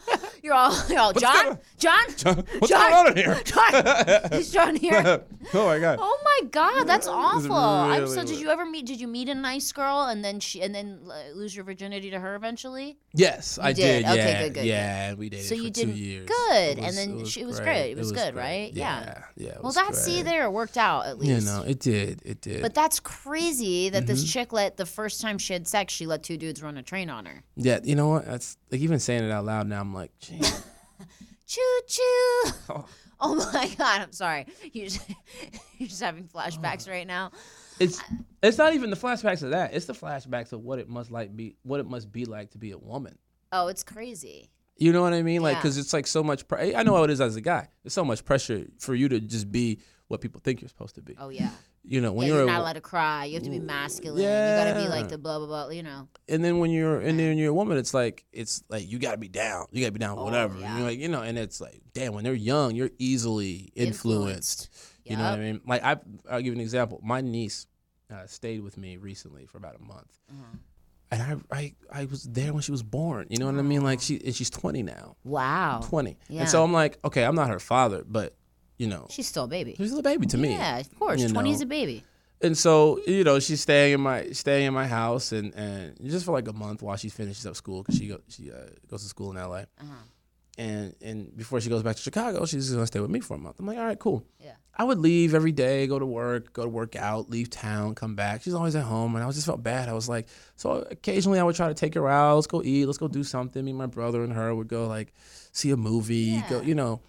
Speaker 2: You're all, you're all John,
Speaker 3: going-
Speaker 2: John,
Speaker 3: John, what's
Speaker 2: John-
Speaker 3: going on in here?
Speaker 2: John, is John here?
Speaker 3: oh my god.
Speaker 2: Oh my God, that's awful. I'm so.
Speaker 3: really
Speaker 2: Did
Speaker 3: weird.
Speaker 2: you ever meet? Did you meet a nice girl and then she and then uh, lose your virginity to her eventually?
Speaker 3: Yes, I
Speaker 2: did.
Speaker 3: did.
Speaker 2: Okay,
Speaker 3: Yeah,
Speaker 2: good, good,
Speaker 3: yeah. We dated
Speaker 2: So
Speaker 3: for
Speaker 2: you
Speaker 3: two
Speaker 2: did
Speaker 3: years.
Speaker 2: good,
Speaker 3: It
Speaker 2: and then she- it was great. It was good,
Speaker 3: great.
Speaker 2: right? Yeah.
Speaker 3: Yeah. yeah it
Speaker 2: Well,
Speaker 3: was
Speaker 2: that's see
Speaker 3: great.
Speaker 2: there it worked out at
Speaker 3: You
Speaker 2: least.
Speaker 3: know, it Mm-hmm. did. It did.
Speaker 2: But that's crazy that this chick let the first time she had sex, she let two dudes run a train on her.
Speaker 3: yeah. You know what? That's like even saying it out loud now. I'm like, gee.
Speaker 2: Choo choo. Oh my God, I'm sorry. You're just, you're just having flashbacks right now.
Speaker 3: It's it's not even the flashbacks of that. It's the flashbacks of what it must like be what it must be like to be a woman.
Speaker 2: Oh, it's crazy.
Speaker 3: You know what I mean? Like
Speaker 2: Yeah.
Speaker 3: because it's like so much. Pre- I know how it is as a guy. There's so much pressure for you to just be what people think you're supposed to be.
Speaker 2: Oh yeah.
Speaker 3: You know when
Speaker 2: Yeah, you're,
Speaker 3: you're, a,
Speaker 2: not allowed to cry. You have to be masculine. You gotta be like
Speaker 3: yeah.
Speaker 2: the blah blah blah. You know.
Speaker 3: and then when you're and then you're a woman, it's like it's like you gotta be down. You gotta be down. whatever.
Speaker 2: Oh, yeah.
Speaker 3: You're like you know, and it's like damn. When they're young, you're easily influenced. You know what I mean? Like I, I'll give you an example. My niece uh, stayed with me recently for about a month,
Speaker 2: Mm-hmm.
Speaker 3: and I, I, I was there when she was born. You know what I mean? Like she, and she's twenty now,
Speaker 2: Wow.
Speaker 3: twenty.
Speaker 2: Oh. Yeah.
Speaker 3: And so I'm like, okay, I'm not her father, but you know,
Speaker 2: She's still a baby.
Speaker 3: she's a baby to me.
Speaker 2: Yeah, of course.
Speaker 3: you
Speaker 2: Twenty is
Speaker 3: know?
Speaker 2: a baby.
Speaker 3: and so you know she's staying in my staying in my house and and just for like a month while she finishes up school because she go, she uh, goes to school in L.A.
Speaker 2: Uh-huh.
Speaker 3: And and before she goes back to Chicago, she's gonna stay with me for a month. I'm like, all right, cool.
Speaker 2: Yeah.
Speaker 3: I would leave every day, go to work, go to work out, leave town, come back. She's always at home, and I was just felt bad. I was like, so occasionally I would try to take her out. Let's go eat. Let's go do something. Me, and my brother, and her would go like see a movie. Go, you know.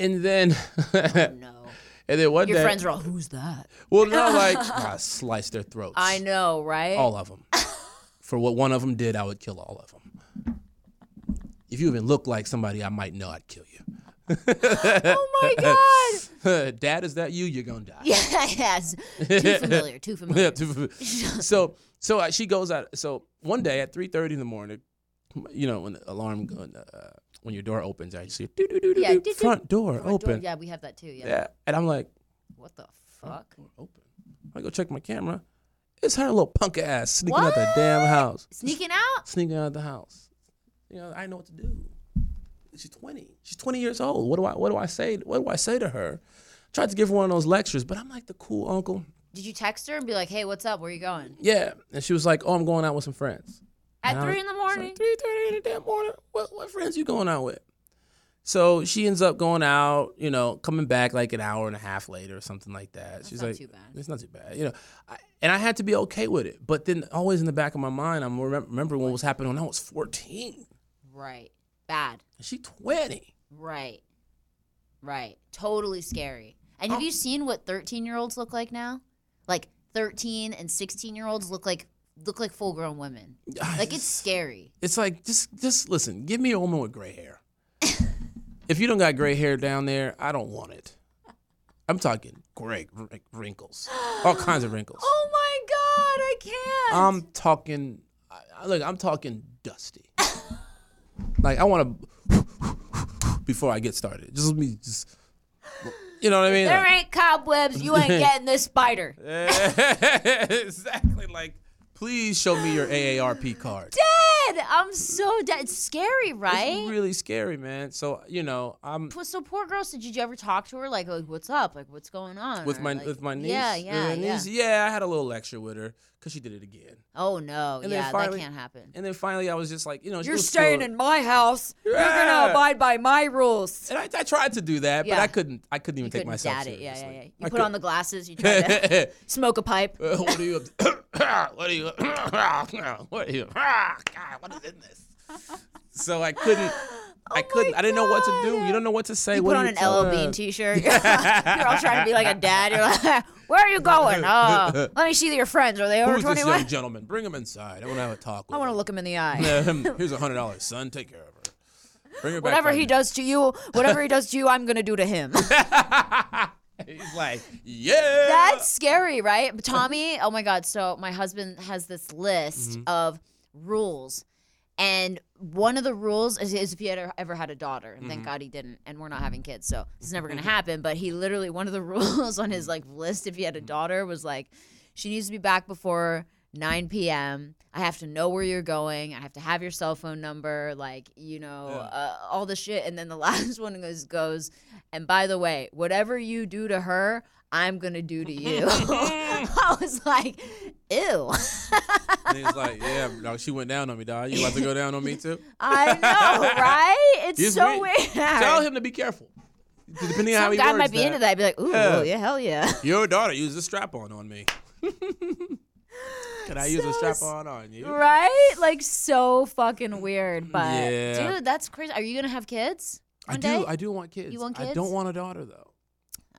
Speaker 3: And then, and
Speaker 2: Oh, No.
Speaker 3: then one
Speaker 2: Your
Speaker 3: day,
Speaker 2: friends are all, who's that?
Speaker 3: well, no, like I sliced their throats.
Speaker 2: I know, right?
Speaker 3: all of them. For what one of them did, I would kill all of them. If you even look like somebody I might know, I'd kill you.
Speaker 2: Oh my god.
Speaker 3: Dad, is that you? You're gonna die.
Speaker 2: yes. Too familiar. Too familiar.
Speaker 3: Yeah, too- so so uh, she goes out. So one day at three thirty in the morning, you know when the alarm go- uh, when your door opens, I see doo doo doo
Speaker 2: Yeah,
Speaker 3: doo
Speaker 2: doo-doo.
Speaker 3: doo front door
Speaker 2: Front door-
Speaker 3: open.
Speaker 2: Yeah, we have that too. Yeah.
Speaker 3: Yeah, and I'm like,
Speaker 2: What the fuck?
Speaker 3: door open. I go check my camera. It's her little punk ass sneaking out the damn house.
Speaker 2: Sneaking out?
Speaker 3: sneaking out of the house. You know, I know what to do. She's 20. She's 20 years old. What do I what do I say? What do I say to her? tried to give her one of those lectures, but I'm like the cool uncle.
Speaker 2: Did you text her and be like, "Hey, what's up? Where you going?"
Speaker 3: Yeah. And she was like, Oh, I'm going out with some friends.
Speaker 2: At
Speaker 3: And I
Speaker 2: three
Speaker 3: was-
Speaker 2: in the
Speaker 3: I was like,
Speaker 2: morning.
Speaker 3: 3:30 in the damn morning. What what friends you going out with? So she ends up going out, you know, coming back like an hour and a half later or something like that. She's
Speaker 2: not
Speaker 3: like,
Speaker 2: too bad.
Speaker 3: "It's not too bad," you know. I, and I had to be okay with it, but then always in the back of my mind, I'm remem- remembering what was happening when I was 14.
Speaker 2: Right. Bad.
Speaker 3: She 20.
Speaker 2: Right. Right. Totally scary. And
Speaker 3: Oh.
Speaker 2: have you seen what 13-year-olds look like now? Like 13 and 16-year-olds look like look like full-grown women. Like it's scary.
Speaker 3: It's like just just listen, give me a woman with gray hair. if you don't got gray hair down there, I don't want it. I'm talking gray like wrinkles. All kinds of wrinkles.
Speaker 2: Oh my god, I can't.
Speaker 3: I'm talking I- I- look, I'm talking dusty. like I want to before I get started. Just let me just You know what I mean?
Speaker 2: There ain't cobwebs. You ain't getting this spider.
Speaker 3: exactly. Like, please show me your AARP card.
Speaker 2: Dead. I'm so dead. It's scary, right?
Speaker 3: It's really scary, man. So you know, I'm
Speaker 2: Well, so poor girl. So did you ever talk to her? Like, like what's up? Like, what's going on?
Speaker 3: with
Speaker 2: Or,
Speaker 3: my
Speaker 2: like-
Speaker 3: with my niece.
Speaker 2: Yeah, yeah, yeah.
Speaker 3: uh, niece. Yeah, I had a little lecture with her because she did it again.
Speaker 2: Oh no,
Speaker 3: And then
Speaker 2: yeah,
Speaker 3: finally-
Speaker 2: that can't happen.
Speaker 3: And then finally, I was just like, you know, she
Speaker 2: You're
Speaker 3: was
Speaker 2: staying
Speaker 3: cool.
Speaker 2: in my house. You're
Speaker 3: Yeah.
Speaker 2: gonna abide by my rules.
Speaker 3: And I, I tried to do that, but
Speaker 2: Yeah.
Speaker 3: I couldn't. I couldn't even
Speaker 2: You
Speaker 3: take
Speaker 2: couldn't
Speaker 3: myself
Speaker 2: dad it. Yeah, yeah, yeah.
Speaker 3: seriously.
Speaker 2: You
Speaker 3: I
Speaker 2: put on the glasses. You try to
Speaker 3: couldn't-
Speaker 2: smoke a pipe.
Speaker 3: Uh, what are you? up to- what are you? what are you? God, what is in this? So I couldn't. I couldn't. I didn't know what to do. You don't know what to say.
Speaker 2: Oh You
Speaker 3: what
Speaker 2: put
Speaker 3: do
Speaker 2: on
Speaker 3: you
Speaker 2: an
Speaker 3: tell
Speaker 2: LL
Speaker 3: her?
Speaker 2: Bean T-shirt. You're all trying to be like a dad. You're like, where are you going? Oh, let me see your friends. Are they over
Speaker 3: Who's this young
Speaker 2: 21?
Speaker 3: gentleman? Bring him inside. I want to have a talk. With
Speaker 2: I want to
Speaker 3: him.
Speaker 2: look him in the eye.
Speaker 3: Um, here's a hundred dollars, son. Take care of her. Bring her back.
Speaker 2: Whatever
Speaker 3: by
Speaker 2: he
Speaker 3: noon.
Speaker 2: does to you, whatever he does to you, I'm gonna do to him.
Speaker 3: He's like, yeah.
Speaker 2: That's scary, right? But Tommy, oh my God. So, my husband has this list
Speaker 3: Mm-hmm.
Speaker 2: of rules. And one of the rules is, is if he had ever- ever had a daughter, and
Speaker 3: Mm-hmm.
Speaker 2: thank God he didn't, and we're not having kids, so it's never gonna happen. But he literally one of the rules on his like list if he
Speaker 3: Mm-hmm.
Speaker 2: had a daughter was like, she needs to be back before 9 p.m. I have to know where you're going. I have to have your cell phone number, like you know, uh, all the shit. And then the last one goes goes, and by the way, whatever you do to her, I'm gonna do to you. I was like, ew.
Speaker 3: And he's like, yeah. No, she went down on me, dog. You about to go down on me too?
Speaker 2: I know, right? It's
Speaker 3: He's
Speaker 2: so
Speaker 3: weird.
Speaker 2: weird.
Speaker 3: Tell him to be careful. Depending on how
Speaker 2: Some
Speaker 3: he
Speaker 2: guy
Speaker 3: words
Speaker 2: might be into that. Be like, ooh,
Speaker 3: Yeah.
Speaker 2: well, yeah, hell yeah.
Speaker 3: Your daughter used a strap on on me. Can I use a
Speaker 2: So
Speaker 3: strap on on you?
Speaker 2: right? Like so fucking weird. But
Speaker 3: Yeah.
Speaker 2: dude, that's crazy. Are you gonna have kids?
Speaker 3: I
Speaker 2: one
Speaker 3: do.
Speaker 2: day?
Speaker 3: I do want kids.
Speaker 2: You want
Speaker 3: I
Speaker 2: kids?
Speaker 3: don't want a daughter though.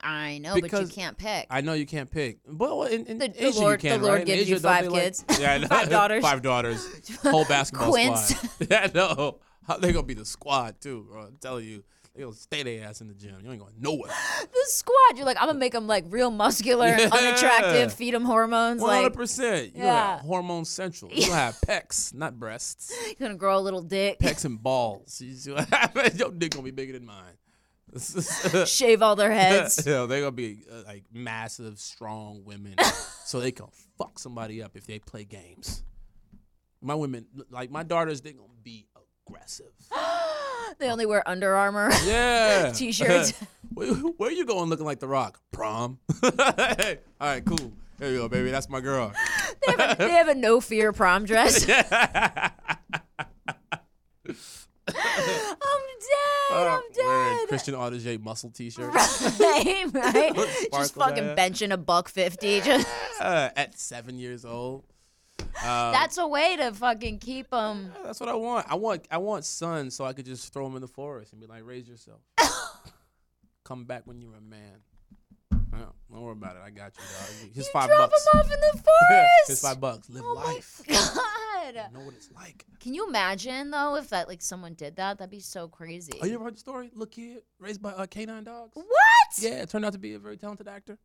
Speaker 2: I know, but you
Speaker 3: Because
Speaker 2: can't pick.
Speaker 3: I know you can't pick. Well, in, in
Speaker 2: The- the
Speaker 3: Asia
Speaker 2: Lord-
Speaker 3: you
Speaker 2: the
Speaker 3: can,
Speaker 2: Lord
Speaker 3: right? In
Speaker 2: gives you
Speaker 3: Asia, don't
Speaker 2: five
Speaker 3: they, like-
Speaker 2: kids.
Speaker 3: yeah, I know.
Speaker 2: Five daughters.
Speaker 3: five daughters. Whole basketball
Speaker 2: Quince.
Speaker 3: squad. yeah, I know. How- They gonna be the squad too, bro. I'm telling you, they gonna stay their ass in the gym. You ain't going nowhere.
Speaker 2: the squad, you're like, I'm gonna make them like real muscular, and
Speaker 3: Yeah.
Speaker 2: unattractive, feed them hormones,
Speaker 3: One hundred
Speaker 2: like
Speaker 3: percent. You
Speaker 2: yeah.
Speaker 3: have hormone central. You have pecs, not breasts.
Speaker 2: you're gonna grow a little dick,
Speaker 3: Pecs and balls. You see what Your dick gonna be bigger than mine.
Speaker 2: shave all their heads.
Speaker 3: yeah, they're gonna be uh, like massive, strong women, so they can fuck somebody up if they play games. My women, like my daughters, they gonna be aggressive.
Speaker 2: they only wear Under Armour.
Speaker 3: Yeah,
Speaker 2: T-shirts.
Speaker 3: where, where you going, looking like the Rock? Prom. All right, cool. There you go, baby. That's my girl.
Speaker 2: they, have a, they have a no fear prom dress. I'm
Speaker 3: Oh,
Speaker 2: dead. Oh, I'm
Speaker 3: Wearing
Speaker 2: dead.
Speaker 3: Christian Audigier muscle T-shirt
Speaker 2: right, right. Just
Speaker 3: sparkle
Speaker 2: fucking
Speaker 3: there.
Speaker 2: benching a buck fifty. Just
Speaker 3: uh, at seven years old. Um,
Speaker 2: that's a way to fucking keep them.
Speaker 3: Yeah, That's what I want. I want I want sons so I could just throw them in the forest and be like, raise yourself. Come back when you're a man. Yeah, don't worry about it. I got you, dog. Here's five
Speaker 2: Drop
Speaker 3: bucks.
Speaker 2: them off in the forest. Oh
Speaker 3: Here's five bucks. Live life.
Speaker 2: God.
Speaker 3: Know what it's like.
Speaker 2: Can you imagine though if that like someone did that? That'd be so crazy.
Speaker 3: Oh, you ever heard the story? Look, kid, raised by uh, canine dogs.
Speaker 2: What?
Speaker 3: Yeah, turned out to be a very talented actor.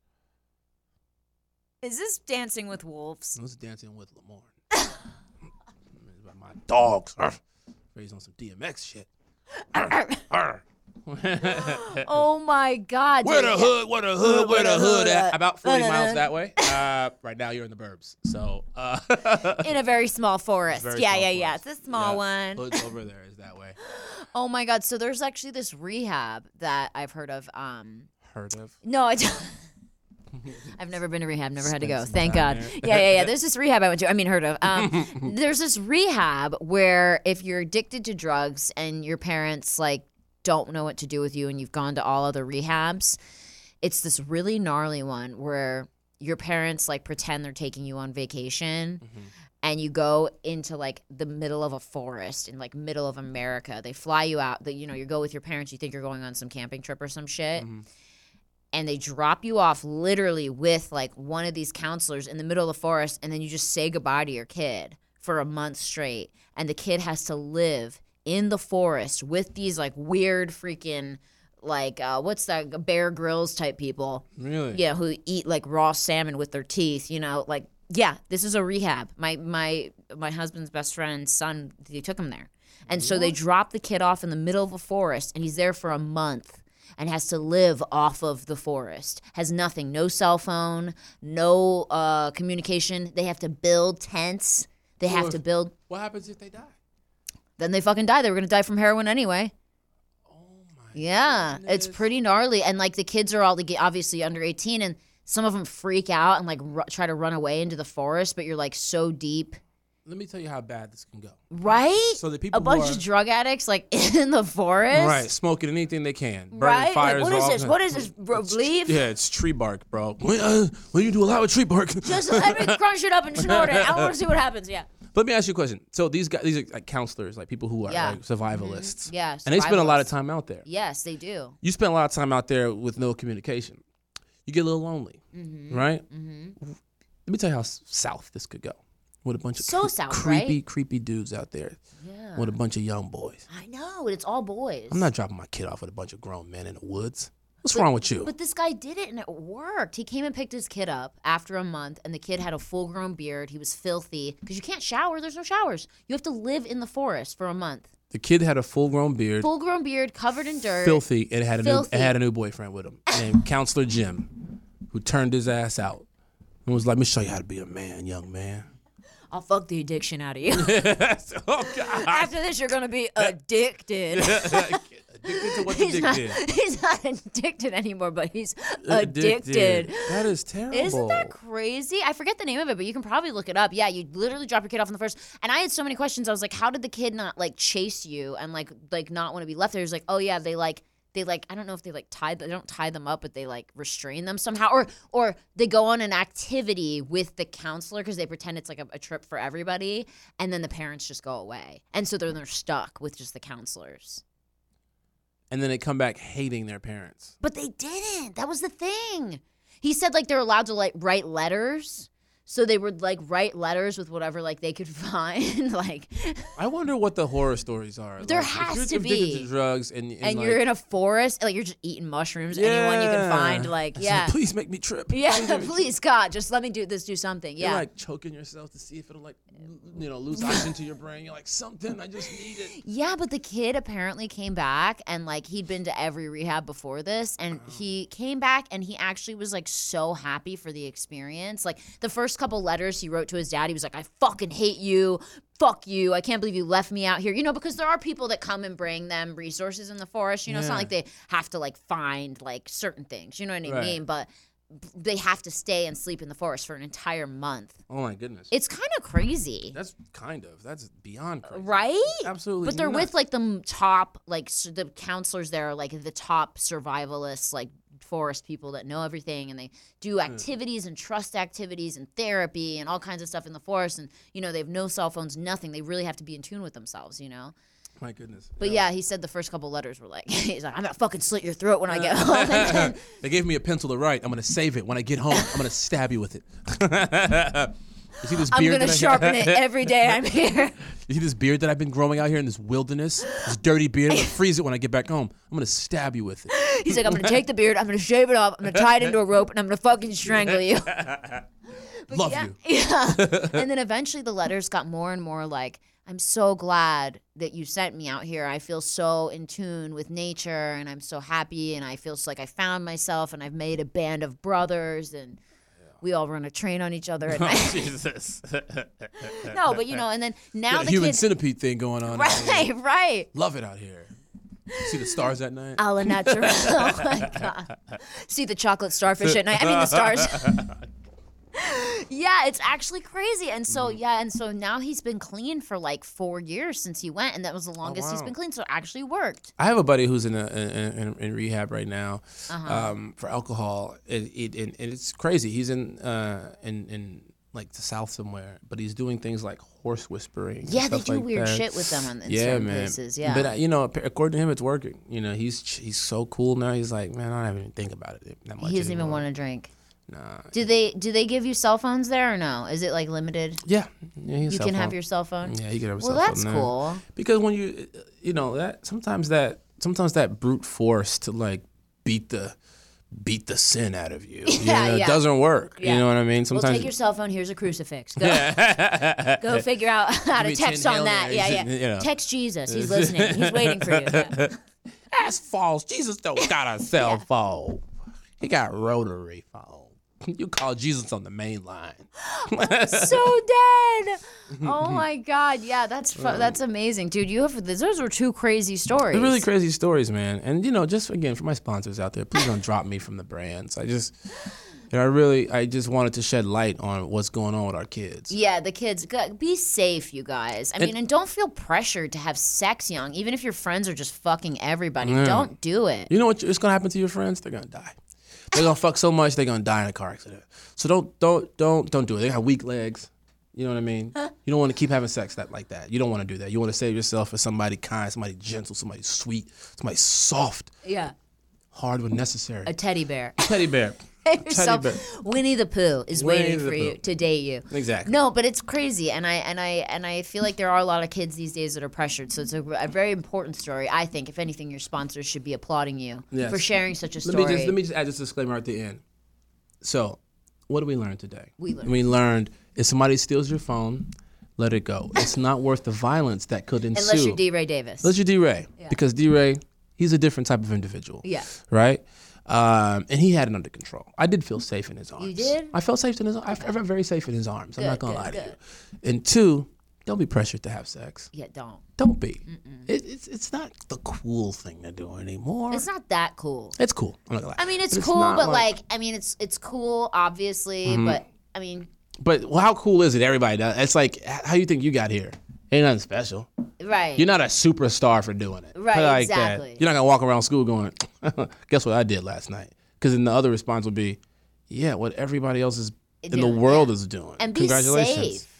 Speaker 2: Is this Dancing with Wolves?
Speaker 3: I was dancing with Lamar. raised by my dogs. Arf. Raised on some DMX shit. Arf. Arf.
Speaker 2: Oh my God.
Speaker 3: Uh-uh. Where
Speaker 2: dude.
Speaker 3: the hood? Where the hood? Where the hood at? About 40
Speaker 2: Da-da-da.
Speaker 3: miles that way. Uh, right now you're in the burbs. So uh,
Speaker 2: In a very small forest.
Speaker 3: very
Speaker 2: yeah,
Speaker 3: small
Speaker 2: yeah, yeah.
Speaker 3: forest.
Speaker 2: It's a small
Speaker 3: Yeah,
Speaker 2: one.
Speaker 3: Hood's over there is that way.
Speaker 2: Oh my God. So there's actually this rehab that I've heard of. Um,
Speaker 3: Heard of?
Speaker 2: No, I don't. I've never been to rehab, never had to go.
Speaker 3: Spend some
Speaker 2: Thank
Speaker 3: time
Speaker 2: God.
Speaker 3: there.
Speaker 2: Yeah, yeah, yeah. There's this rehab I went to. I mean, heard of. Um, there's this rehab where if you're addicted to drugs and your parents like don't know what to do with you and you've gone to all other rehabs, it's this really gnarly one where your parents like pretend they're taking you on vacation
Speaker 3: Mm-hmm.
Speaker 2: and you go into like the middle of a forest in like middle of America. They fly you out. That you know you go with your parents. You think you're going on some camping trip or some shit, and they drop you off literally with like one of these counselors in the middle of the forest, and then you just say goodbye to your kid for a month straight, and the kid has to live in the forest with these like weird freaking like uh, what's that Bear Grylls type people.
Speaker 3: Really?
Speaker 2: Yeah, who eat like raw salmon with their teeth, you know, like yeah, this is a rehab. My my my husband's best friend's son, they took him there. And so they drop the kid off in the middle of a forest and he's there for a month. and has to live off of the forest. Has nothing, no cell phone, no uh, communication. They have to build tents. They have
Speaker 3: Or-
Speaker 2: to build.
Speaker 3: What happens if they die?
Speaker 2: Then they fucking die. They were gonna die from heroin anyway. Oh my. Yeah, it's pretty gnarly, and like the kids are all like, obviously under eighteen, and some of them freak out and like ru- try to run away into the forest, but you're like so deep.
Speaker 3: Let me tell you how bad this can go.
Speaker 2: Right?
Speaker 3: So the people
Speaker 2: a
Speaker 3: who
Speaker 2: bunch
Speaker 3: are-
Speaker 2: of drug addicts like in the forest.
Speaker 3: Right, smoking anything they can, burning
Speaker 2: Right? Like,
Speaker 3: fires.
Speaker 2: what
Speaker 3: and
Speaker 2: is
Speaker 3: all
Speaker 2: this?
Speaker 3: that.
Speaker 2: What is this, bro?
Speaker 3: It's tr-
Speaker 2: Leaf?
Speaker 3: Yeah, it's tree bark, bro. When, uh, when you do a lot with tree bark.
Speaker 2: Just uh, let me crunch it up and snort it. I want to see what happens. Yeah.
Speaker 3: Let me ask you a question. So these guys, these are like counselors, like people who are
Speaker 2: Yeah. Mm-hmm.
Speaker 3: like survivalists.
Speaker 2: Yeah,
Speaker 3: and they spend a lot of
Speaker 2: survivalists.
Speaker 3: time out there.
Speaker 2: Yes, they do.
Speaker 3: You spend a lot of time out there with no communication. You get a little lonely,
Speaker 2: Mm-hmm.
Speaker 3: right? Let me tell you how s- south this could go. With a bunch of
Speaker 2: So
Speaker 3: cre-
Speaker 2: south,
Speaker 3: creepy,
Speaker 2: right?
Speaker 3: creepy dudes out there.
Speaker 2: Yeah.
Speaker 3: With a bunch of young boys.
Speaker 2: I know. It's all boys.
Speaker 3: I'm not dropping my kid off with a bunch of grown men in the woods. What's wrong with you?
Speaker 2: But this guy did it and it worked. He came and picked his kid up after a month, and the kid had a full grown beard. He was filthy because you can't shower. There's no showers. You have to live in the forest for a month.
Speaker 3: The kid had a full grown beard.
Speaker 2: Full grown beard, covered in dirt.
Speaker 3: filthy and had a
Speaker 2: Filthy.
Speaker 3: new and had a new boyfriend with him named Counselor Jim, who turned his ass out and was like, "Let me show you how to be a man, young man."
Speaker 2: I'll fuck the addiction out of you.
Speaker 3: oh God!
Speaker 2: after this, you're going to be addicted.
Speaker 3: Addicted to what the
Speaker 2: he's,
Speaker 3: dick
Speaker 2: not,
Speaker 3: did.
Speaker 2: he's not addicted anymore, but he's addicted.
Speaker 3: Addicted. That is terrible.
Speaker 2: Isn't that crazy? I forget the name of it, but you can probably look it up. Yeah, you literally drop your kid off in the first. And I had so many questions. I was like, how did the kid not like chase you and like like not want to be left there? He was like, oh yeah, they like they like I don't know if they like tie they don't tie them up, but they like restrain them somehow, or or they go on an activity with the counselor because they pretend it's like a, a trip for everybody, and then the parents just go away, and so then they're stuck with just the counselors.
Speaker 3: and then they come back hating their parents.
Speaker 2: But they didn't. That was the thing. He said like they're allowed to like write letters. So they would like write letters with whatever like they could find. like
Speaker 3: I wonder what the horror stories are.
Speaker 2: There
Speaker 3: if
Speaker 2: has
Speaker 3: you're
Speaker 2: to
Speaker 3: addicted
Speaker 2: be.
Speaker 3: to drugs, and, and,
Speaker 2: and
Speaker 3: like,
Speaker 2: you're in a forest, like you're just eating mushrooms, anyone you can
Speaker 3: Yeah.
Speaker 2: find, like,
Speaker 3: It's
Speaker 2: yeah.
Speaker 3: Please make me trip. Please
Speaker 2: yeah,
Speaker 3: make me trip."
Speaker 2: please God, just let me do this, do something.
Speaker 3: You're
Speaker 2: Yeah.
Speaker 3: like choking yourself to see if it'll like, l- you know, lose oxygen to your brain. You're like, something. I just need it.
Speaker 2: yeah, but the kid apparently came back and like he'd been to every rehab before this and
Speaker 3: Oh.
Speaker 2: he came back and he actually was like so happy for the experience. Like the first couple letters he wrote to his dad, he was like, I fucking hate you. Fuck you. I can't believe you left me out here. You know, because there are people that come and bring them resources in the forest. You know, it's not
Speaker 3: Yeah.
Speaker 2: like they have to like find like certain things. You know what I
Speaker 3: Right.
Speaker 2: mean? But they have to stay and sleep in the forest for an entire month.
Speaker 3: Oh my goodness.
Speaker 2: It's kind of crazy.
Speaker 3: That's kind of. That's beyond crazy.
Speaker 2: Right?
Speaker 3: Absolutely.
Speaker 2: But they're
Speaker 3: nuts.
Speaker 2: with like the m- top, like s the counselors there are like the top survivalists, like forest people that know everything, and they do activities and trust activities and therapy and all kinds of stuff in the forest. And you know they have no cell phones, nothing. They really have to be in tune with themselves, you know.
Speaker 3: My goodness.
Speaker 2: But yeah, he said the first couple letters were like, he's like, I'm gonna fucking slit your throat when I get home. And then-
Speaker 3: they gave me a pencil to write. I'm gonna save it when I get home. I'm gonna stab you with it. you see this
Speaker 2: I'm
Speaker 3: beard
Speaker 2: gonna
Speaker 3: that I-
Speaker 2: sharpen it every day I'm here.
Speaker 3: You see this beard that I've been growing out here in this wilderness? This dirty beard. I'm gonna freeze it when I get back home. I'm gonna stab you with it.
Speaker 2: He's like, I'm gonna take the beard, I'm gonna shave it off, I'm gonna tie it into a rope, and I'm gonna fucking strangle you.
Speaker 3: Love
Speaker 2: yeah,
Speaker 3: you.
Speaker 2: Yeah.
Speaker 3: Uh,
Speaker 2: and then eventually the letters got more and more like, I'm so glad that you sent me out here. I feel so in tune with nature and I'm so happy and I feel s- like I found myself and I've made a band of brothers and we all run a train on each other at night.
Speaker 3: Jesus.
Speaker 2: no, but you know, and then now
Speaker 3: Got a
Speaker 2: the
Speaker 3: human
Speaker 2: kids
Speaker 3: centipede thing going on. out here.
Speaker 2: Right, right.
Speaker 3: Love it out here. You see the stars at night?
Speaker 2: A la natural. oh my god. See the chocolate starfish at night. I mean the stars. yeah, it's actually crazy. And so
Speaker 3: Mm.
Speaker 2: yeah, and so now he's been clean for like four years since he went, and that was the longest he's
Speaker 3: Oh, wow.
Speaker 2: been clean. So it actually worked.
Speaker 3: I have a buddy who's in a, in, in, in rehab right now
Speaker 2: Uh-huh.
Speaker 3: um, for alcohol. It, it, and, and it's crazy. He's in uh, in in like the south somewhere, but he's doing things like horse whispering. and
Speaker 2: Yeah, they
Speaker 3: stuff
Speaker 2: do
Speaker 3: like
Speaker 2: weird
Speaker 3: that.
Speaker 2: shit with them on in
Speaker 3: Yeah,
Speaker 2: certain
Speaker 3: man.
Speaker 2: places. Yeah.
Speaker 3: But uh, you know, ap- according to him, it's working. You know, he's ch- he's so cool now. He's like, man, I don't even think about it that much.
Speaker 2: he doesn't even
Speaker 3: anymore."
Speaker 2: want to drink.
Speaker 3: Nah.
Speaker 2: Do they do they give you cell phones there or no? Is it like limited?
Speaker 3: Yeah. yeah
Speaker 2: You can have your cell phone.
Speaker 3: Yeah, he can have a
Speaker 2: Well,
Speaker 3: cell phone
Speaker 2: that's
Speaker 3: there.
Speaker 2: cool.
Speaker 3: because when you you know that sometimes that sometimes that brute force to like beat the beat the sin out of you, you
Speaker 2: Yeah,
Speaker 3: know,
Speaker 2: yeah.
Speaker 3: it doesn't work
Speaker 2: Yeah.
Speaker 3: you know what i mean
Speaker 2: Well,
Speaker 3: sometimes
Speaker 2: take your cell phone. Here's a crucifix. Go, go figure out how to
Speaker 3: Give me 10
Speaker 2: text on
Speaker 3: Hail
Speaker 2: that. Yeah,
Speaker 3: Marys
Speaker 2: yeah.
Speaker 3: and, you know.
Speaker 2: Text Jesus. He's listening. He's waiting for you. Yeah.
Speaker 3: That's false. Jesus don't got a cell phone. He got rotary phone. You call Jesus on the main line.
Speaker 2: so dead. Oh my god. Yeah, that's fu- that's amazing, dude. You have those were two crazy stories.
Speaker 3: They're really crazy stories, man. And you know, just again for my sponsors out there, please don't drop me from the brands. I just, and I really, I just wanted to shed light on what's going on with our kids.
Speaker 2: Yeah, the kids. Go, be safe, you guys. I mean, and, don't feel pressured to have sex young, even if your friends are just fucking everybody. Don't do it.
Speaker 3: You know what? It's gonna happen to your friends. They're gonna die. They're gonna fuck so much. They're gonna die in a car accident. So don't, don't, don't, don't do it. They have weak legs. You know what I mean? You don't want to keep having sex that like that. You don't want to do that. You want to save yourself for somebody kind, somebody gentle, somebody sweet, somebody soft,
Speaker 2: Yeah,
Speaker 3: hard when necessary.
Speaker 2: a teddy bear.
Speaker 3: teddy bear.
Speaker 2: Yourself-
Speaker 3: bear.
Speaker 2: Winnie the Pooh is
Speaker 3: Winnie
Speaker 2: waiting
Speaker 3: the
Speaker 2: for you
Speaker 3: Pooh.
Speaker 2: to date you.
Speaker 3: Exactly.
Speaker 2: No, but it's crazy, and I and I and I feel like there are a lot of kids these days that are pressured. So it's a, a very important story. I think, if anything, your sponsors should be applauding you
Speaker 3: Yes.
Speaker 2: for sharing such a story.
Speaker 3: Let me just let me just add this disclaimer at the end. So, what did we learn today?
Speaker 2: We learned-
Speaker 3: learned if somebody steals your phone, let it go. It's not worth the violence that could ensue.
Speaker 2: Unless you're D. Ray Davis.
Speaker 3: Unless you're D. Ray, because D. Ray, he's a different type of individual.
Speaker 2: Yeah.
Speaker 3: Right. Um, and he had it under control. I did feel safe in his arms.
Speaker 2: did?
Speaker 3: I felt safe in his. I I felt very safe in his arms. I'm not gonna lie to you. And two, don't be pressured to have sex.
Speaker 2: yeah, don't.
Speaker 3: Don't be. It, it's it's not the cool thing to do anymore.
Speaker 2: It's not that cool.
Speaker 3: It's cool. I'm not gonna lie.
Speaker 2: I mean, it's,
Speaker 3: But
Speaker 2: cool,
Speaker 3: not Mm-hmm.
Speaker 2: but like, I mean, it's it's cool, obviously, but I mean,
Speaker 3: But well, how cool is it? Everybody does. It's like, h- how you think you got here? Ain't nothing special.
Speaker 2: right?
Speaker 3: You're not a superstar for doing it. Put it
Speaker 2: Right,
Speaker 3: like
Speaker 2: exactly.
Speaker 3: That. You're not gonna walk around school going, "Guess what I did last night?" Because then the other response would be, "Yeah, what everybody else is in the
Speaker 2: Doing,
Speaker 3: world is doing."
Speaker 2: And be
Speaker 3: Congratulations.
Speaker 2: safe.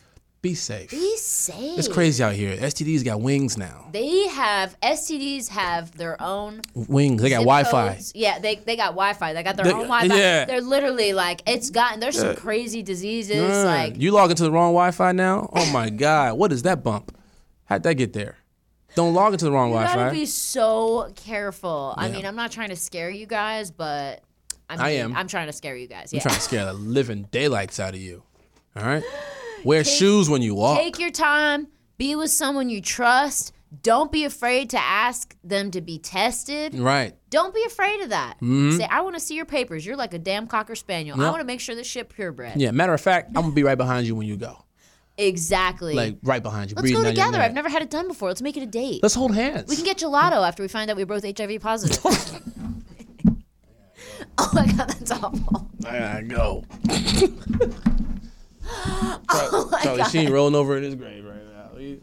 Speaker 3: Be safe.
Speaker 2: be safe.
Speaker 3: it's crazy out here. STDs got wings now.
Speaker 2: They have STDs have their own
Speaker 3: Wings. They got
Speaker 2: zip
Speaker 3: Wi-Fi.
Speaker 2: codes. Yeah, they, they got Wi-Fi. They got their
Speaker 3: They-
Speaker 2: own Wi-Fi.
Speaker 3: yeah.
Speaker 2: They're literally like it's gotten. There's some crazy diseases.
Speaker 3: Mm.
Speaker 2: Like
Speaker 3: you log into the wrong Wi-Fi now. Oh my God! What is that bump? How'd that get there? Don't log into the wrong
Speaker 2: you
Speaker 3: Wi-Fi.
Speaker 2: gotta be so careful. I mean, I'm not trying to scare you guys, but I, mean,
Speaker 3: I am.
Speaker 2: I'm trying to scare you guys. Yeah.
Speaker 3: I'm trying to scare the living daylights out of you. All right? Wear shoes when you walk.
Speaker 2: Take your time. Be with someone you trust. Don't be afraid to ask them to be tested.
Speaker 3: right.
Speaker 2: Don't be afraid of that.
Speaker 3: Mm-hmm.
Speaker 2: Say, I want to see your papers. You're like a damn cocker spaniel. I want to make sure this shit purebred.
Speaker 3: Yeah, matter of fact, I'm going to be right behind you when you go.
Speaker 2: Exactly.
Speaker 3: Like, right behind you.
Speaker 2: Let's
Speaker 3: breathing
Speaker 2: go
Speaker 3: down your
Speaker 2: together.
Speaker 3: neck.
Speaker 2: I've never had it done before. Let's make it a date.
Speaker 3: Let's hold hands.
Speaker 2: we can get gelato after we find out we're both HIV positive. oh my god, that's awful.
Speaker 3: I gotta go.
Speaker 2: Oh
Speaker 3: Charlie Sheen rolling over in his grave right now. He-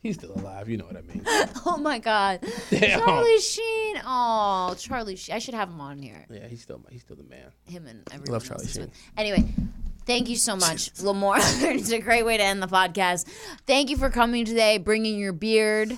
Speaker 3: he's still alive. You know what I mean.
Speaker 2: Oh my god.
Speaker 3: Damn.
Speaker 2: Charlie Sheen. Oh, Charlie Sheen. I should have him on here.
Speaker 3: Yeah, he's still, he's still the man.
Speaker 2: him and everyone
Speaker 3: love Charlie
Speaker 2: else is
Speaker 3: Sheen.
Speaker 2: with. Anyway, thank you so much, Lamore. it's a great way to end the podcast. Thank you for coming today, bringing your beard,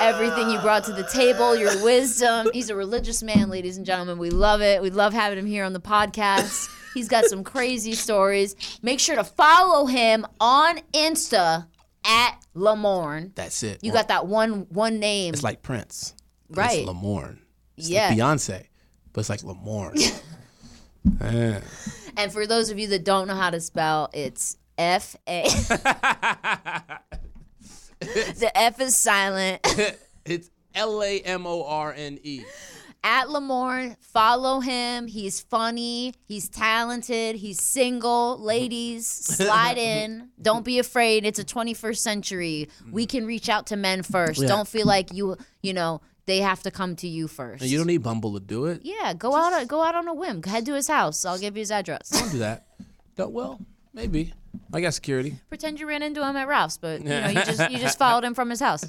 Speaker 2: everything you brought to the table, your wisdom. He's a religious man, ladies and gentlemen. We love it. We love having him here on the podcast. He's got some crazy stories. Make sure to follow him on Insta at Lamorne.
Speaker 3: That's it.
Speaker 2: You got that one one name,
Speaker 3: It's like Prince. but
Speaker 2: right?
Speaker 3: It's Lamorne. It's
Speaker 2: Yeah.
Speaker 3: like Beyonce, but it's like Lamorne. Yeah.
Speaker 2: And for those of you that don't know how to spell, it's F A. the F is silent.
Speaker 3: it's L A M O R N E.
Speaker 2: At Lamorne, follow him. He's funny. He's talented. He's single. Ladies, slide in. Don't be afraid. It's a 21st century. We can reach out to men first.
Speaker 3: Mm. Yeah.
Speaker 2: Don't feel like you, you know, they have to come to you first.
Speaker 3: And you don't need Bumble to do it.
Speaker 2: yeah, go out. Go out on a whim. Head to his house. I'll give you his address.
Speaker 3: Don't do that. Don't, well, maybe. I got security.
Speaker 2: Pretend you ran into him at Ralph's, but you know, you just you just followed him from his house.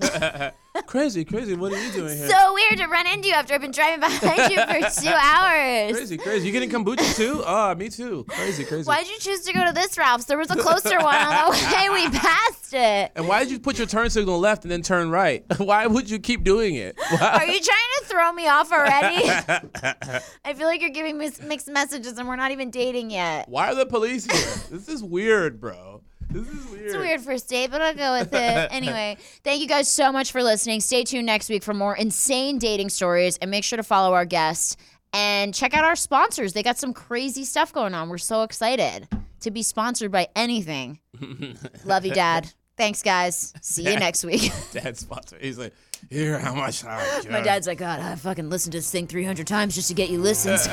Speaker 3: Crazy, crazy. What are you doing here?
Speaker 2: so weird to run into you after I've been driving behind you for two hours.
Speaker 3: crazy, crazy. You getting kombucha too? Ah, me too. Crazy, crazy.
Speaker 2: Why'd you choose to go to this Ralph's? There was a closer one on the way. We passed it.
Speaker 3: and why did you put your turn signal left and then turn right? Why would you keep doing it? Why-
Speaker 2: Are you trying to throw me off already? I feel like you're giving me mixed messages and we're not even dating yet.
Speaker 3: Why are the police here? This is weird, bro. This is weird.
Speaker 2: It's a weird first date, but I'll go with it. Anyway, thank you guys so much for listening. Stay tuned next week for more insane dating stories and make sure to follow our guests and check out our sponsors. They got some crazy stuff going on. We're so excited to be sponsored by anything. Love you, Dad. Thanks, guys. See you next week.
Speaker 3: Dad's sponsor. He's like, here, how much?
Speaker 2: My dad's like, God, I fucking listened to this thing 300 times just to get you listens.